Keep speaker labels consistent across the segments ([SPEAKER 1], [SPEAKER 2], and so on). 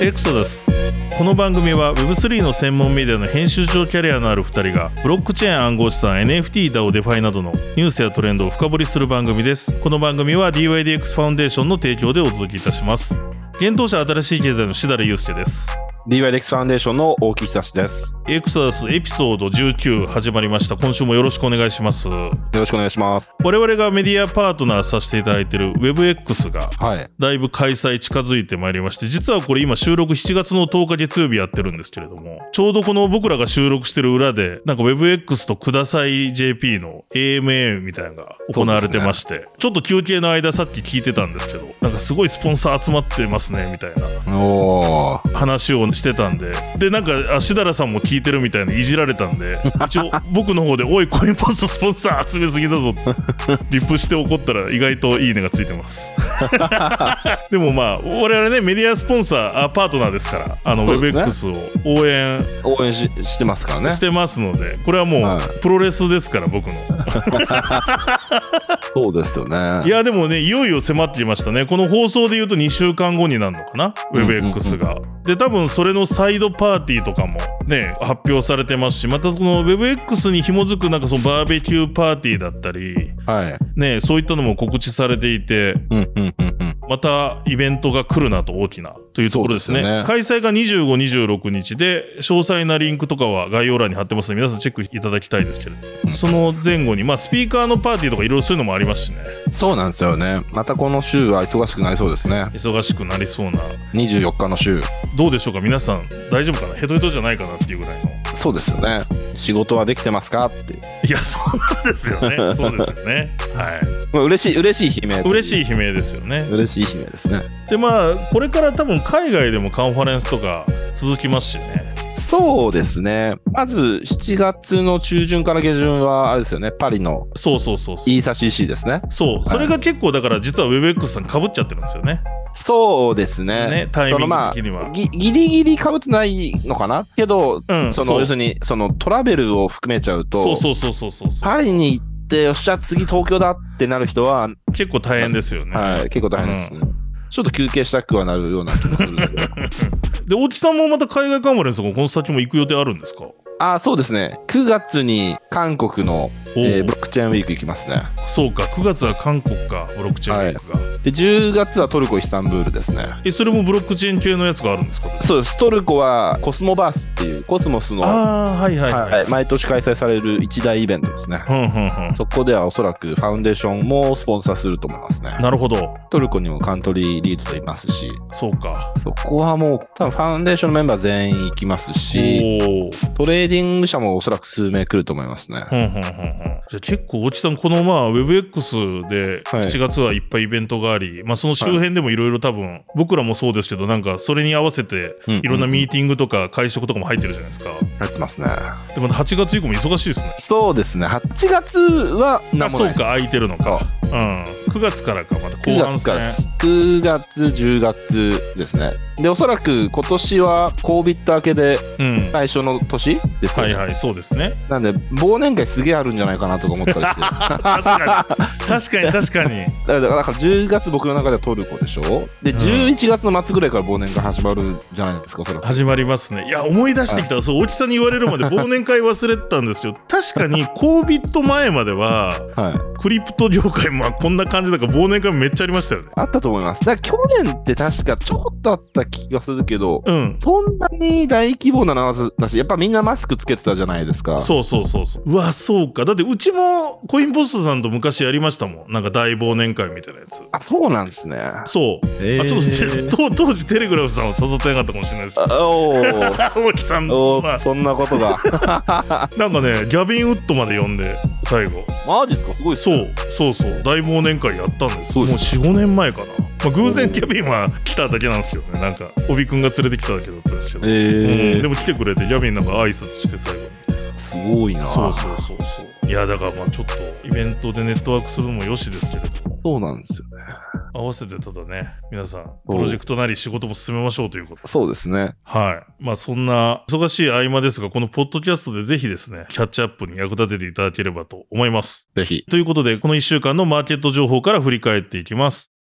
[SPEAKER 1] エクソダスこの番組は Web3 の専門メディアの編集長キャリアのある2人がブロックチェーン暗号資産 NFT だをデファイなどのニュースやトレンドを深掘りする番組ですこの番組は DYDX ファウンデーションの提供でお届けいたします現当社新しい経済のしだれゆうすけです
[SPEAKER 2] DYDX ファウンデーションの大木久志です。
[SPEAKER 1] エクソダスエピソード19始まりました今週もよろしくお願いします
[SPEAKER 2] よろしくお願いします。
[SPEAKER 1] 我々がメディアパートナーさせていただいている WebX が
[SPEAKER 2] はい。
[SPEAKER 1] だいぶ開催近づいてまいりまして実はこれ今収録7月の10日月曜日やってるんですけれどもちょうどこの僕らが収録してる裏でなんか WebX と「ください JP」の AMA みたいなのが行われてまして、ちょっと休憩の間さっき聞いてたんですけどなんかすごいスポンサー集まってますねみたいな
[SPEAKER 2] おー。
[SPEAKER 1] 話をしてたんででなんかあしだらさんも聞いてるみたいにいじられたんで一応 僕の方で「おいコインポストスポンサー集めすぎだぞ」リップして怒ったら意外と「いいね」がついてます でもまあ我々ねメディアスポンサーあパートナーですからあの
[SPEAKER 2] そうで
[SPEAKER 1] WebX を応援
[SPEAKER 2] 応援ししてますからね。
[SPEAKER 1] してますのでこれはも
[SPEAKER 2] は
[SPEAKER 1] うプロレスですから僕の
[SPEAKER 2] そうですよね。
[SPEAKER 1] いやでもねいよいよ迫ってきましたねこの放送で言うと2週間後になるのかな
[SPEAKER 2] うんうんうん
[SPEAKER 1] WebX が、で多分それのサイドパーティーとかもね発表されてますしまたこの WebX に紐づくなんかそのバーベキューパーティーだったり
[SPEAKER 2] はい。
[SPEAKER 1] ねそういったのも告知されていて
[SPEAKER 2] うんうんうんうん。
[SPEAKER 1] またイベントが来るなと大きなというところですね
[SPEAKER 2] そうですよね
[SPEAKER 1] 開催が2526日で詳細なリンクとかは概要欄に貼ってますので皆さんチェックいただきたいですけれど、
[SPEAKER 2] うん
[SPEAKER 1] その前後にまあスピーカーのパーティーとかいろいろそういうのもありますしね
[SPEAKER 2] そうなんですよね。またこの週は忙しくなりそうですね。
[SPEAKER 1] 忙しくなりそうな
[SPEAKER 2] 24日の週。
[SPEAKER 1] どうでしょうか皆さん大丈夫かなヘトヘトじゃないかなっていうぐらいの
[SPEAKER 2] そうですよね。仕事はできてますかっていう。
[SPEAKER 1] いやそうなんですよね そうですよね はい
[SPEAKER 2] まあ、嬉しい、嬉しい悲鳴。い。
[SPEAKER 1] 嬉しい悲鳴ですよね
[SPEAKER 2] 嬉しい悲鳴ですね。
[SPEAKER 1] でまあこれから多分海外でもカンファレンスとか続きますしね
[SPEAKER 2] そうですね。まず7月の中旬から下旬は、あれですよね。パリの
[SPEAKER 1] そうそうそうそう
[SPEAKER 2] イーサ CC ですね。
[SPEAKER 1] そうそれが結構だから実は WebX さんかぶっちゃってるんですよね
[SPEAKER 2] そうですね。
[SPEAKER 1] ねタイミン
[SPEAKER 2] そのま
[SPEAKER 1] グ
[SPEAKER 2] あ
[SPEAKER 1] 的には、
[SPEAKER 2] ぎギリギリかぶってないのかなけど、
[SPEAKER 1] うん
[SPEAKER 2] そ
[SPEAKER 1] そ
[SPEAKER 2] の
[SPEAKER 1] う
[SPEAKER 2] 要するにそのトラベルを含めちゃうと
[SPEAKER 1] そうそうそうそうそうそう
[SPEAKER 2] パリに行ってよっしゃ次東京だってなる人は、
[SPEAKER 1] 結構大変ですよね、
[SPEAKER 2] はい、結構大変ですね、ちょっと休憩したくはなるような気もする んだけど
[SPEAKER 1] で大木さんもまた海外カンファレンスとかこの先も行く予定あるんですか
[SPEAKER 2] あそうですね9月に韓国の、
[SPEAKER 1] お
[SPEAKER 2] えー
[SPEAKER 1] ー
[SPEAKER 2] ブロックチェーンウィーク行きますね
[SPEAKER 1] そうか9月は韓国かブロックチェーンウィークが、
[SPEAKER 2] で10月はトルコイスタンブールですね
[SPEAKER 1] えそれもブロックチェーン系のやつがあるんですか
[SPEAKER 2] そうですトルコはコスモバースっていうコスモスの、は
[SPEAKER 1] ああはいはい
[SPEAKER 2] い
[SPEAKER 1] はい、
[SPEAKER 2] 毎年開催される一大イベントですね
[SPEAKER 1] うんうんうん
[SPEAKER 2] そこではおそらくファウンデーションもスポンサーすると思いますね。
[SPEAKER 1] なるほど
[SPEAKER 2] トルコにもカントリーリードといますし、
[SPEAKER 1] そうか
[SPEAKER 2] そこはもう多分ファウンデーションのメンバー全員行きます
[SPEAKER 1] お
[SPEAKER 2] し、
[SPEAKER 1] お
[SPEAKER 2] トレーディング社もおそらく数名来ると思いますね。
[SPEAKER 1] ふんふんふんふんじゃあ結構大木さんこのまあ WebX で
[SPEAKER 2] はい
[SPEAKER 1] 7月はいっぱいイベントがあり、まあその周辺でもいろいろ多分、僕らもそうですけどなんかそれに合わせて
[SPEAKER 2] うん
[SPEAKER 1] いろんなミ
[SPEAKER 2] う
[SPEAKER 1] ーティングとか会食とかも入ってるじゃないですか
[SPEAKER 2] 入ってますね。
[SPEAKER 1] でまた8月以降も忙しいですね
[SPEAKER 2] そうですね。8月は
[SPEAKER 1] あ
[SPEAKER 2] 何も
[SPEAKER 1] そ
[SPEAKER 2] な
[SPEAKER 1] う
[SPEAKER 2] い
[SPEAKER 1] か空いてるのかうん9月からかまた後
[SPEAKER 2] 9
[SPEAKER 1] 半
[SPEAKER 2] 月
[SPEAKER 1] 戦
[SPEAKER 2] から9月、10月ですね。で、おそらく今年は COVID 明けで
[SPEAKER 1] うん
[SPEAKER 2] 最初の年ですよ
[SPEAKER 1] は
[SPEAKER 2] ね。
[SPEAKER 1] いはいそうです ね
[SPEAKER 2] なんで、忘年会すげえあるんじゃないかなとか思った りして。
[SPEAKER 1] 確かに確かに確かに
[SPEAKER 2] だからだから10月僕の中ではトルコでしょで、
[SPEAKER 1] うん
[SPEAKER 2] 11月の末ぐらいから忘年会始まるじゃないですかそれは
[SPEAKER 1] 始まりますねいや思い出してきた、そう大木さんに言われるまで忘年会忘れてたんですけど確かに COVID 前までは
[SPEAKER 2] はい
[SPEAKER 1] クリプト業界もこんな感じだから忘年会めっちゃありましたよね
[SPEAKER 2] あったと思いますだから去年って確かちょっとあった気がするけど
[SPEAKER 1] うん
[SPEAKER 2] そんなに大規模なのはなしやっぱみんなマスクつけてたじゃないですか
[SPEAKER 1] そうそうそうそううわそうかだってうちもコインポストさんと昔やりましたもんなんか大忘年会みたいなやつ
[SPEAKER 2] あそうなんですね
[SPEAKER 1] そう、
[SPEAKER 2] え
[SPEAKER 1] あちょっと 当当時テレグラフさんは誘ってなかったかもしれないですけど
[SPEAKER 2] おー
[SPEAKER 1] あ大木さん、
[SPEAKER 2] お
[SPEAKER 1] まあ
[SPEAKER 2] ー、そんなことが
[SPEAKER 1] なんかねギャビン・ウッドまで呼んで最後
[SPEAKER 2] マジですかすごいっす
[SPEAKER 1] そうそうそう大忘年会やったんです
[SPEAKER 2] そうです
[SPEAKER 1] もう45年前かな、まあ、偶
[SPEAKER 2] お
[SPEAKER 1] 然
[SPEAKER 2] ー
[SPEAKER 1] キャビンは来ただけなんですけどねなんか帯くんが連れてきただけだったんですけど、
[SPEAKER 2] え
[SPEAKER 1] うんで
[SPEAKER 2] ー、
[SPEAKER 1] も来てくれてキャビンなんか挨拶して最後に
[SPEAKER 2] すごいな
[SPEAKER 1] そうそうそうそういやだからまあちょっとイベントでネットワークするのもよしですけれども
[SPEAKER 2] そうなんですよね
[SPEAKER 1] 合わせてただね、皆さん、プロジェクトなり仕事も進めましょうということ。
[SPEAKER 2] そうですね。
[SPEAKER 1] はい。まあそんな忙しい合間ですが、このポッドキャストでぜひですね、キャッチアップに役立てていただければと思います。
[SPEAKER 2] ぜひ。
[SPEAKER 1] ということで、この1週間のマーケット情報から振り返っていきます。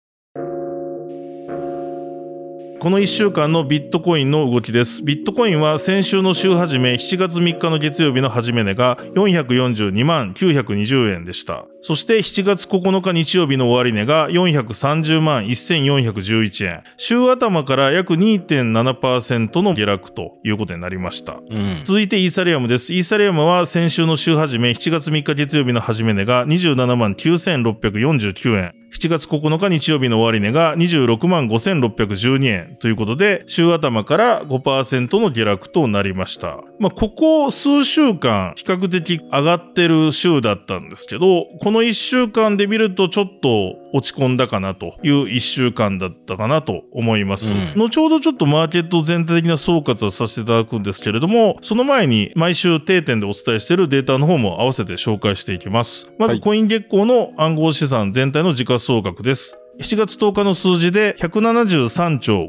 [SPEAKER 1] この1週間のビットコインの動きです。ビットコインは先週の週始め7月3日の月曜日の始め値が442万920円でした。そして7月9日日曜日の終値が430万1411円。週頭から約2.7%の下落ということになりました。
[SPEAKER 2] うん。
[SPEAKER 1] 続いてイーサリアムです。イーサリアムは先週の週始め、7月3日月曜日の始め値が27万9649円。7月9日日曜日の終値が26万5612円ということで、週頭から5%の下落となりました。まあ、ここ数週間、比較的上がってる週だったんですけど、この1週間で見るとちょっと落ち込んだかなという1週間だったかなと思います。
[SPEAKER 2] うん
[SPEAKER 1] 後ほどちょっとマーケット全体的な総括はさせていただくんですけれども、その前に毎週定点でお伝えしているデータの方も合わせて紹介していきます。ま
[SPEAKER 2] は
[SPEAKER 1] ず
[SPEAKER 2] い
[SPEAKER 1] コイン月光の暗号資産全体の時価総額です。7月10日の数字で173兆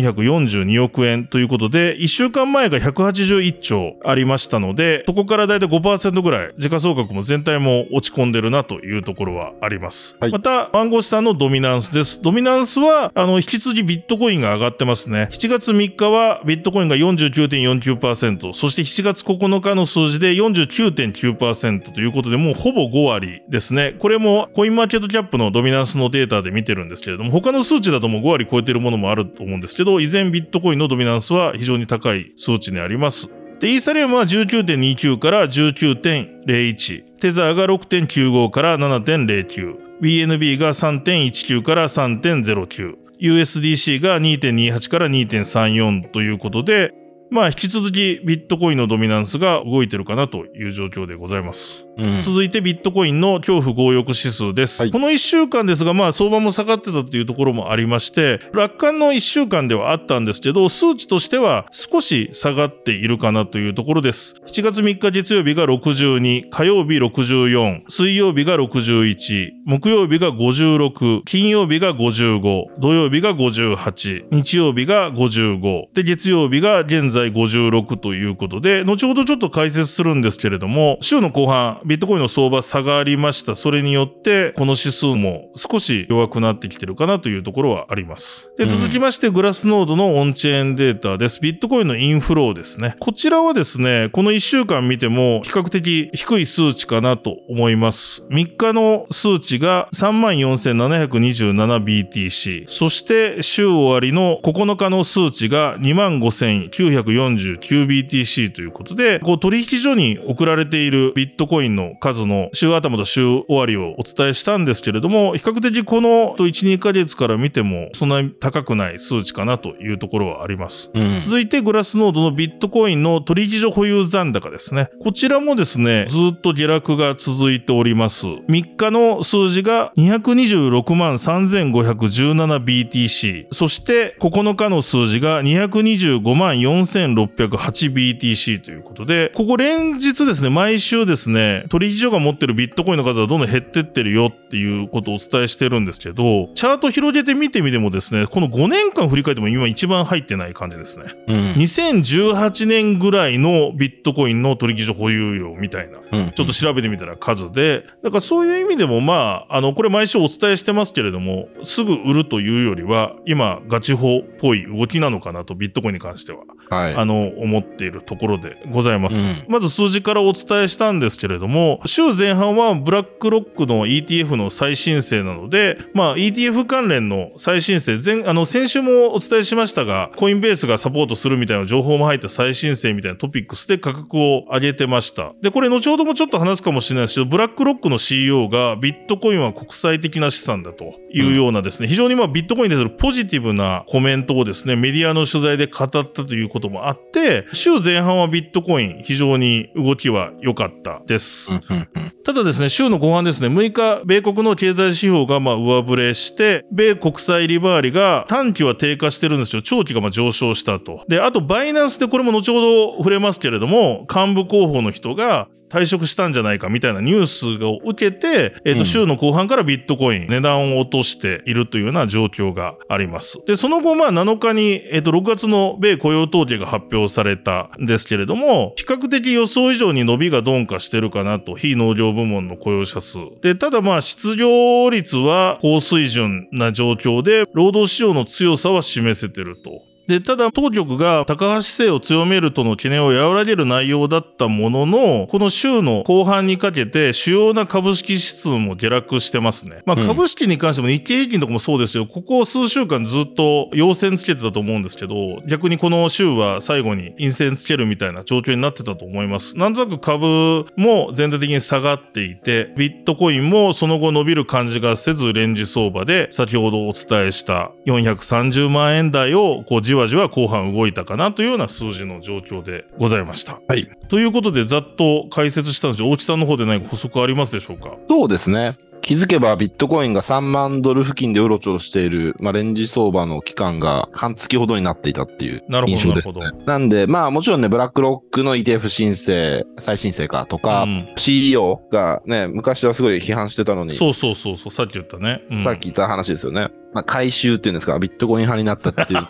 [SPEAKER 1] 5442億円ということで、1週間前が181兆ありましたので、そこからだいたい5%ぐらい、時価総額も全体も落ち込んでるなというところはあります。
[SPEAKER 2] はい
[SPEAKER 1] また、暗号資産のドミナンスです。ドミナンスは、あの、引き続きビットコインが上がってますね。7月3日はビットコインが49.49%、そして7月9日の数字で49.9%ということで、もうほぼ5割ですね。これもコインマーケットキャップのドミナンスのデータで見てるんですけれども、他の数値だともう5割超えてるものもあると思うんですけど、依然ビットコインのドミナンスは非常に高い数値にあります。で、イーサリアムは19.29から19.01。テザーが6.95から7.09。BNB が3.19から3.09。USDC が2.28から2.34ということで、まあ引き続きビットコインのドミナンスが動いてるかなという状況でございます。
[SPEAKER 2] うん
[SPEAKER 1] 続いてビットコインの恐怖強欲指数です。
[SPEAKER 2] はい
[SPEAKER 1] この1週間ですが、まあ相場も下がってたっていうところもありまして、楽観の1週間ではあったんですけど、数値としては少し下がっているかなというところです。7月3日月曜日が62、火曜日64、水曜日が61、木曜日が56、金曜日が55、土曜日が58、日曜日が55、で、月曜日が現在56ということで、後ほどちょっと解説するんですけれども、週の後半、ビットコインの相場下がりました。それによって、この指数も少し弱くなってきてるかなというところはあります。で、
[SPEAKER 2] うん
[SPEAKER 1] 続きまして、グラスノードのオンチェーンデータです。ビットコインのインフローですね。こちらはですね、この1週間見ても比較的低い数値かなと思います。3日の数値が 34,727BTC。そして、週終わりの9日の数値が 25,949BTC ということで、こう取引所に送られているビットコインの数の週頭と週終わりをお伝えしたんですけれども、比較的この1、2ヶ月から見てもそんなに高くない数値かなというところはあります。
[SPEAKER 2] うん
[SPEAKER 1] 続いてグラスノードのビットコインの取引所保有残高ですね。こちらもですね、ずっと下落が続いております。3日の数字が226万 3517BTC。そして9日の数字が225万 4608BTC ということで、ここ連日ですね、毎週ですね、取引所が持ってるビットコインの数はどんどん減ってってるよっていうことをお伝えしてるんですけど、チャート広げて見てみてもですね、この5年間振り返っても今一番入ってない感じですね。
[SPEAKER 2] うん
[SPEAKER 1] 2018年ぐらいのビットコインの取引所保有量みたいな。
[SPEAKER 2] うん
[SPEAKER 1] ちょっと調べてみたら数で、だからそういう意味でもまあ、あの、これ毎週お伝えしてますけれども、すぐ売るというよりは、今、ガチ法っぽい動きなのかなと、ビットコインに関しては、
[SPEAKER 2] はい。
[SPEAKER 1] あの、思っているところでございます。
[SPEAKER 2] うん
[SPEAKER 1] まず数字からお伝えしたんですけれども、週前半はブラックロックの ETF の再申請なので、まあ ETF 関連の再申請、前、あの先週もお伝えしましたが、コインベースがサポートするみたいな情報も入った再申請みたいなトピックスで価格を上げてました。で、これ後ほどもちょっと話すかもしれないですけど、ブラックロックの CEO がビットコインは国際的な資産だというようなですね、非常にまあビットコインに対するポジティブなコメントをですね、メディアの取材で語ったということもあって、週前半はビットコイン非常に動きは良かったです。
[SPEAKER 2] うんうんうん
[SPEAKER 1] ただですね、週の後半ですね、6日、米国の経済指標がまあ上振れして、米国債利回りが短期は低下してるんですよ。長期がまあ上昇したと。で、あとバイナンスでこれも後ほど触れますけれども、幹部候補の人が、退職したんじゃないかみたいなニュースを受けて、えっ
[SPEAKER 2] う
[SPEAKER 1] と
[SPEAKER 2] ん
[SPEAKER 1] 週の後半からビットコイン値段を落としているというような状況があります。で、その後、まあ7日に、えっと6月の米雇用統計が発表されたんですけれども、比較的予想以上に伸びが鈍化してるかなと、非農業部門の雇用者数。で、ただまあ失業率は高水準な状況で、労働市場の強さは示せてると。で、ただ当局が高橋性を強めるとの懸念を和らげる内容だったものの、この週の後半にかけて主要な株式指数も下落してますね。まあ
[SPEAKER 2] うん
[SPEAKER 1] 株式に関しても日経平均とかもそうですけど、ここ数週間ずっと陽線つけてたと思うんですけど、逆にこの週は最後に陰線つけるみたいな状況になってたと思います。なんとなく株も全体的に下がっていて、ビットコインもその後伸びる感じがせずレンジ相場で、先ほどお伝えした430万円台をこうじわじわ後半動いたかなというような数字の状況でございました。
[SPEAKER 2] はい。
[SPEAKER 1] ということで、ざっと解説したんですけど、大木さんの方で何か補足ありますでしょうか
[SPEAKER 2] そうですね。気づけばビットコインが3万ドル付近でうろちょろしている、まあ、レンジ相場の期間が半月ほどになっていたっていう
[SPEAKER 1] なるほど
[SPEAKER 2] 印象です、ね。
[SPEAKER 1] なる
[SPEAKER 2] なんで、まあもちろんね、ブラックロックの ETF 申請、再申請かとか、
[SPEAKER 1] うん、
[SPEAKER 2] CEO がね、昔はすごい批判してたのに、
[SPEAKER 1] そうそうそうそう、さっき言ったね。うん
[SPEAKER 2] さっき言った話ですよね。まあ、回収っていうんですか、ビットコイン派になったっ ていう。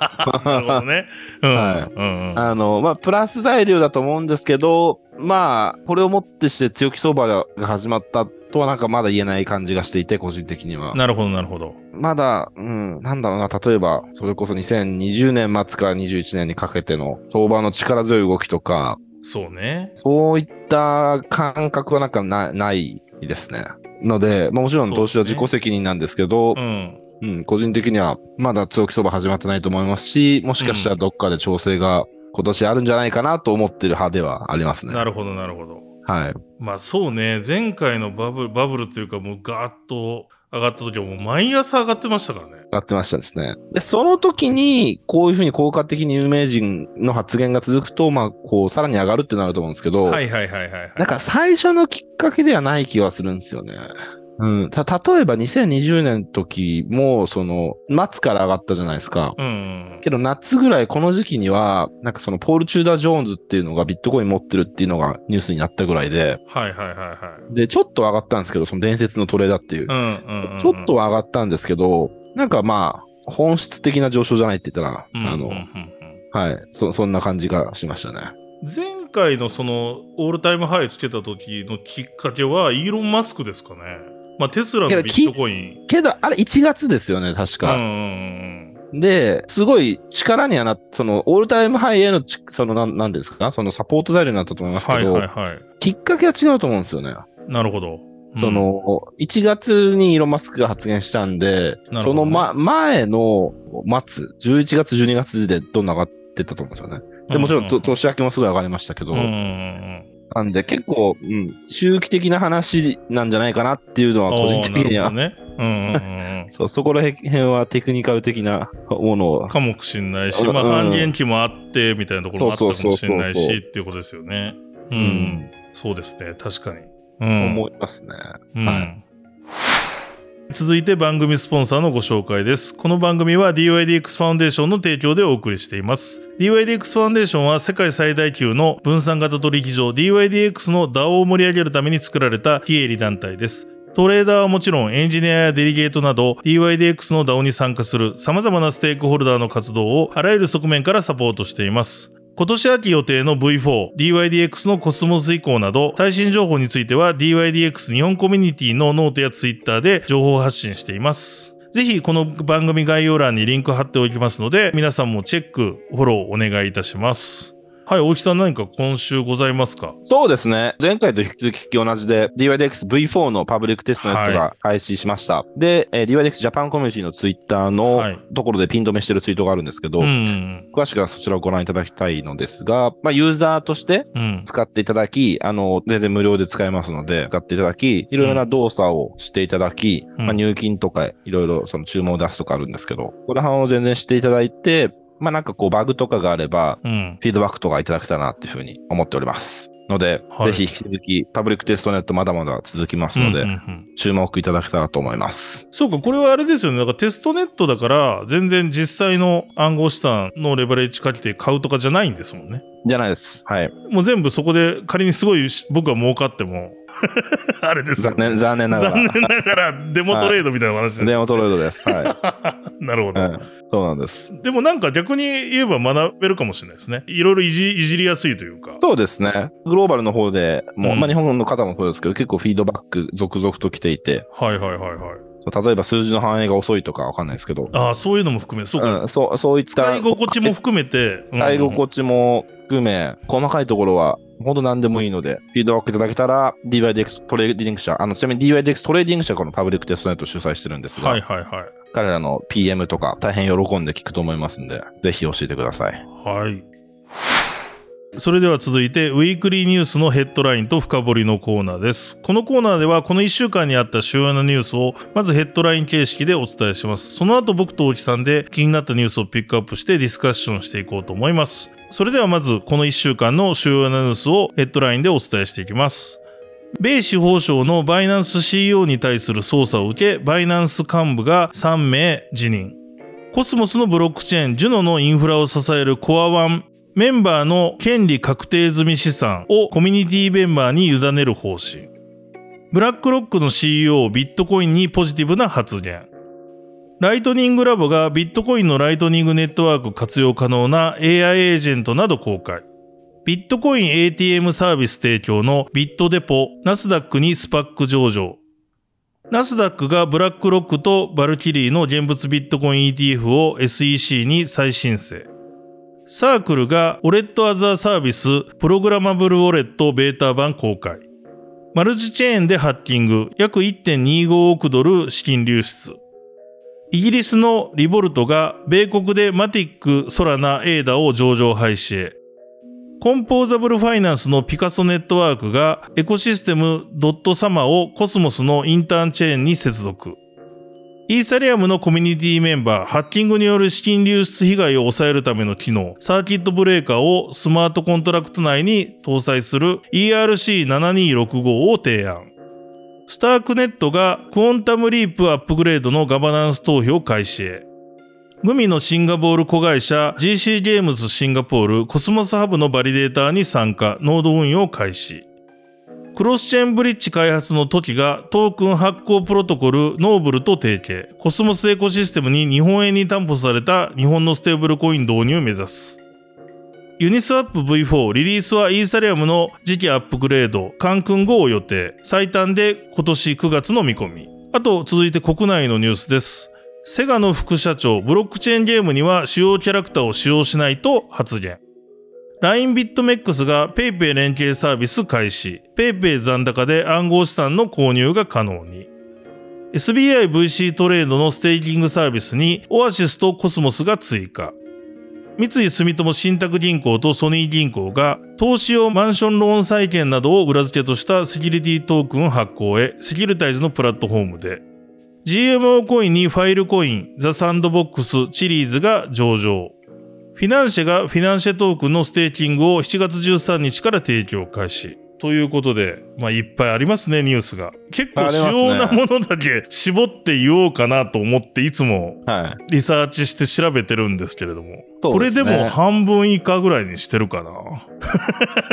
[SPEAKER 1] なるほどね。うん。
[SPEAKER 2] はい
[SPEAKER 1] うんうん
[SPEAKER 2] あの、まあ、プラス材料だと思うんですけど、まあ、これをもってして強気相場が始まったとはなんかまだ言えない感じがしていて、個人的には。
[SPEAKER 1] なるほど、なるほど。
[SPEAKER 2] まだ、うん、なんだろうな、例えば、それこそ2020年末から21年にかけての相場の力強い動きとか、
[SPEAKER 1] そうね。
[SPEAKER 2] そういった感覚はなんかなないですね。ので、まあ、もちろん投資
[SPEAKER 1] そう
[SPEAKER 2] は
[SPEAKER 1] です
[SPEAKER 2] 自
[SPEAKER 1] ね
[SPEAKER 2] 己責任なんですけど、
[SPEAKER 1] うん。
[SPEAKER 2] うん、個人的にはまだ強気相場始まってないと思いますし、もしかしたらどっかで調整が今年あるんじゃないかなと思ってる派ではありますね。
[SPEAKER 1] なるほど、なるほど。
[SPEAKER 2] はい。
[SPEAKER 1] まあそうね、前回のバブル、バブルっていうかもうガーッと上がった時はもう毎朝上がってましたからね。
[SPEAKER 2] なってましたですね。で、その時に、こういうふうに効果的に有名人の発言が続くと、まあ、こう、さらに上がるってなると思うんですけど、
[SPEAKER 1] はいはいはいはい、はい。
[SPEAKER 2] なんか最初のきっかけではない気はするんですよね。うん。た例えば2020年の時も、その、末から上がったじゃないですか。
[SPEAKER 1] うんうん。
[SPEAKER 2] けど夏ぐらいこの時期には、なんかそのポール・チューダー・ジョーンズっていうのがビットコイン持ってるっていうのがニュースになったぐらいで、
[SPEAKER 1] はいはいはいはい。
[SPEAKER 2] で、ちょっと上がったんですけど、その伝説のトレーダーっていう
[SPEAKER 1] う。んうん、うん。
[SPEAKER 2] ちょっとは上がったんですけど、なんかまあ、本質的な上昇じゃないって言ったら、
[SPEAKER 1] うん、うん
[SPEAKER 2] あ
[SPEAKER 1] うんう
[SPEAKER 2] の、
[SPEAKER 1] ん
[SPEAKER 2] はい、そ、そんな感じがしましたね。
[SPEAKER 1] 前回のそのオールタイムハイつけた時のきっかけはイーロン・マスクですかね。まあテスラのビットコイン。
[SPEAKER 2] けど、あれ1月ですよね、確
[SPEAKER 1] うんう
[SPEAKER 2] か。
[SPEAKER 1] ん
[SPEAKER 2] で、すごい力にはな、その、オールタイムハイへのち、その、なん、なんですか、そのサポート材料になったと思い
[SPEAKER 1] うん。
[SPEAKER 2] ますけ
[SPEAKER 1] はい
[SPEAKER 2] ど、
[SPEAKER 1] はいはい。
[SPEAKER 2] きっかけは違うと思うんですよね。
[SPEAKER 1] なるほど。うん
[SPEAKER 2] そ、の、1月にイーロン・マスクが発言したんで、
[SPEAKER 1] なるほどね
[SPEAKER 2] その、ま、前の末、11月、12月でどんな上がってったと思うんですよね。でもちろん、と
[SPEAKER 1] と、
[SPEAKER 2] 年明けもすごい上がりましたけ
[SPEAKER 1] う
[SPEAKER 2] ど、
[SPEAKER 1] んうんうん
[SPEAKER 2] なんで結構、うん、周期的な話なんじゃないかなっていうの
[SPEAKER 1] う
[SPEAKER 2] は
[SPEAKER 1] ん。
[SPEAKER 2] 個人的に
[SPEAKER 1] あ
[SPEAKER 2] は、
[SPEAKER 1] ーなるほどね。うんうんうんうん。
[SPEAKER 2] そうそこら辺はテクニカル的なものを
[SPEAKER 1] かもしんないし、
[SPEAKER 2] うん
[SPEAKER 1] まあ、
[SPEAKER 2] うん
[SPEAKER 1] 半減期もあってみたいなところもあったかもしんない
[SPEAKER 2] そうそうそうそう
[SPEAKER 1] しっていうことですよね。う、
[SPEAKER 2] うん
[SPEAKER 1] そうですね、確かに。うん
[SPEAKER 2] 思いますね。
[SPEAKER 1] うん
[SPEAKER 2] は
[SPEAKER 1] 続いて番組スポンサーのご紹介です。この番組は DYDX ファウンデーションの提供でお送りしています。DYDX ファウンデーションは世界最大級の分散型取引所 DYDX の DAO を盛り上げるために作られた非営利団体です。トレーダーはもちろんエンジニアやデリゲートなど DYDX の DAO に参加する様々なステークホルダーの活動をあらゆる側面からサポートしています。今年秋予定の V4、DYDX のコスモス以降など、最新情報については DYDX 日本コミュニティのノートや Twitter で情報発信しています。ぜひこの番組概要欄にリンク貼っておきますので、皆さんもチェック、フォローお願いいたします。はい、大木さん何か今週ございますか
[SPEAKER 2] そうですね。前回と引き続き同じで DYDXV4 のパブリックテストのやつ
[SPEAKER 1] は
[SPEAKER 2] が開始しました。で、えー DYDX ジャパンコミュニティのツイッターの
[SPEAKER 1] はい
[SPEAKER 2] ところでピン止めしてるツイートがあるんですけど、
[SPEAKER 1] うん。
[SPEAKER 2] 詳しくはそちらをご覧いただきたいのですが、まあ、ユーザーとして
[SPEAKER 1] うん。
[SPEAKER 2] 使っていただき、あの、全然無料で使えますので、使っていただき、いろいろな動作をしていただき、
[SPEAKER 1] うん
[SPEAKER 2] まあ、入金とか、いろいろその注文を出すとかあるんですけど、この辺を全然していただいて、まあ、なんかこうバグとかがあれば、
[SPEAKER 1] うん。
[SPEAKER 2] フィードバックとかいただけたらなっていうふうに思っております。ので、
[SPEAKER 1] はい
[SPEAKER 2] ぜひ引き続き、パブリックテストネットまだまだ続きますので、
[SPEAKER 1] うんうんうん
[SPEAKER 2] 注目いただけたらと思います。
[SPEAKER 1] そうか、これはあれですよね。だからテストネットだから、全然実際の暗号資産のレバレッジかけて買うとかじゃないんですもんね。
[SPEAKER 2] じゃないです。はい。
[SPEAKER 1] もう全部そこで仮にすごいし僕が儲かっても、 あれですよ
[SPEAKER 2] 残念、残念なが
[SPEAKER 1] 残
[SPEAKER 2] ら。
[SPEAKER 1] 念ながらデモトレードみたいな話です。
[SPEAKER 2] 電話トレードです。はい。
[SPEAKER 1] なるほど、
[SPEAKER 2] うんそうなんです。
[SPEAKER 1] でもなんか逆に言えば学べるかもしれないですね。いろいろいじいじりやすいというか。
[SPEAKER 2] そうですね。グローバルの方でも、
[SPEAKER 1] うん
[SPEAKER 2] まあ日本の方もそうですけど、結構フィードバック続々と来ていて、
[SPEAKER 1] はいはいはいはい。
[SPEAKER 2] そう例えば数字の反映が遅いとかわかんないですけど、
[SPEAKER 1] ああ、そういうのも含め、そうか。
[SPEAKER 2] うん、そうそういった
[SPEAKER 1] 使い心地も含めて。
[SPEAKER 2] 使い心地も含め、細かいところは、ほんと何でもいいので、フィードバックいただけたら、DYDX トレーディング社、あの、ちなみに DYDX トレーディング社がこのパブリックテストネットを主催してるんですが、
[SPEAKER 1] はいはいはい。
[SPEAKER 2] 彼らの PM とか大変喜んで聞くと思いますんで、ぜひ教えてください。
[SPEAKER 1] はい。それでは続いて、ウィークリーニュースのヘッドラインと深掘りのコーナーです。このコーナーでは、この1週間にあった主要なニュースを、まずヘッドライン形式でお伝えします。その後、僕と大木さんで気になったニュースをピックアップしてディスカッションしていこうと思います。それではまず、この1週間の主要なニュースをヘッドラインでお伝えしていきます。米司法省のバイナンス CEO に対する捜査を受け、バイナンス幹部が3名辞任。コスモスのブロックチェーン、ジュノのインフラを支えるコアワン、メンバーの権利確定済み資産をコミュニティメンバーに委ねる方針。ブラックロックの CEO、ビットコインにポジティブな発言。ライトニングラボがビットコインのライトニングネットワーク活用可能な AI エージェントなど公開。ビットコイン ATM サービス提供のビットデポ、ナスダックにスパック上場。ナスダックがブラックロックとバルキリーの現物ビットコイン ETF を SEC に再申請。サークルがウォレットアザーサービスプログラマブルウォレットベータ版公開。マルチチェーンでハッキング約1.25億ドル資金流出。イギリスのリボルトが米国でマティック、ソラナ、エーダを上場廃止へ。コンポーザブルファイナンスのピカソネットワークがエコシステムドットサマをコスモスのインターンチェーンに接続。イーサリアムのコミュニティメンバー、ハッキングによる資金流出被害を抑えるための機能、サーキットブレーカーをスマートコントラクト内に搭載する ERC7265 を提案。スタークネットがクォンタムリープアップグレードのガバナンス投票開始へ。グミのシンガポール子会社 GC ゲームズシンガポールコスモスハブのバリデーターに参加、ノード運用を開始。クロスチェーンブリッジ開発の時がトークン発行プロトコルノーブルと提携。コスモスエコシステムに日本円に担保された日本のステーブルコイン導入を目指す。ユニスワップ V4 リリースはイーサリアムの次期アップグレード、カンクン5を予定。最短で今年9月の見込み。あと続いて国内のニュースです。セガの副社長、ブロックチェーンゲームには主要キャラクターを使用しないと発言。LINE ビットメックスが PayPay 連携サービス開始。PayPay 残高で暗号資産の購入が可能に。SBIVC トレードのステーキングサービスにオアシスとコスモスが追加。三井住友信託銀行とソニー銀行が投資用マンションローン債券などを裏付けとしたセキュリティトークン発行へセキュリタイズのプラットフォームで GMO コインにファイルコイン、ザ・サンドボックス、チリーズが上場。フィナンシェがフィナンシェトークンのステーキングを7月13日から提供開始。ということで、まあ、いっぱいありますね、ニュースが。結構
[SPEAKER 2] あり
[SPEAKER 1] 主
[SPEAKER 2] ますね
[SPEAKER 1] 要なものだけ絞って言おうかなと思って、いつも
[SPEAKER 2] はい。
[SPEAKER 1] リサーチして調べてるんですけれども、
[SPEAKER 2] そ
[SPEAKER 1] こ
[SPEAKER 2] う
[SPEAKER 1] れ
[SPEAKER 2] すね
[SPEAKER 1] でも半分以下ぐらいにしてるかな。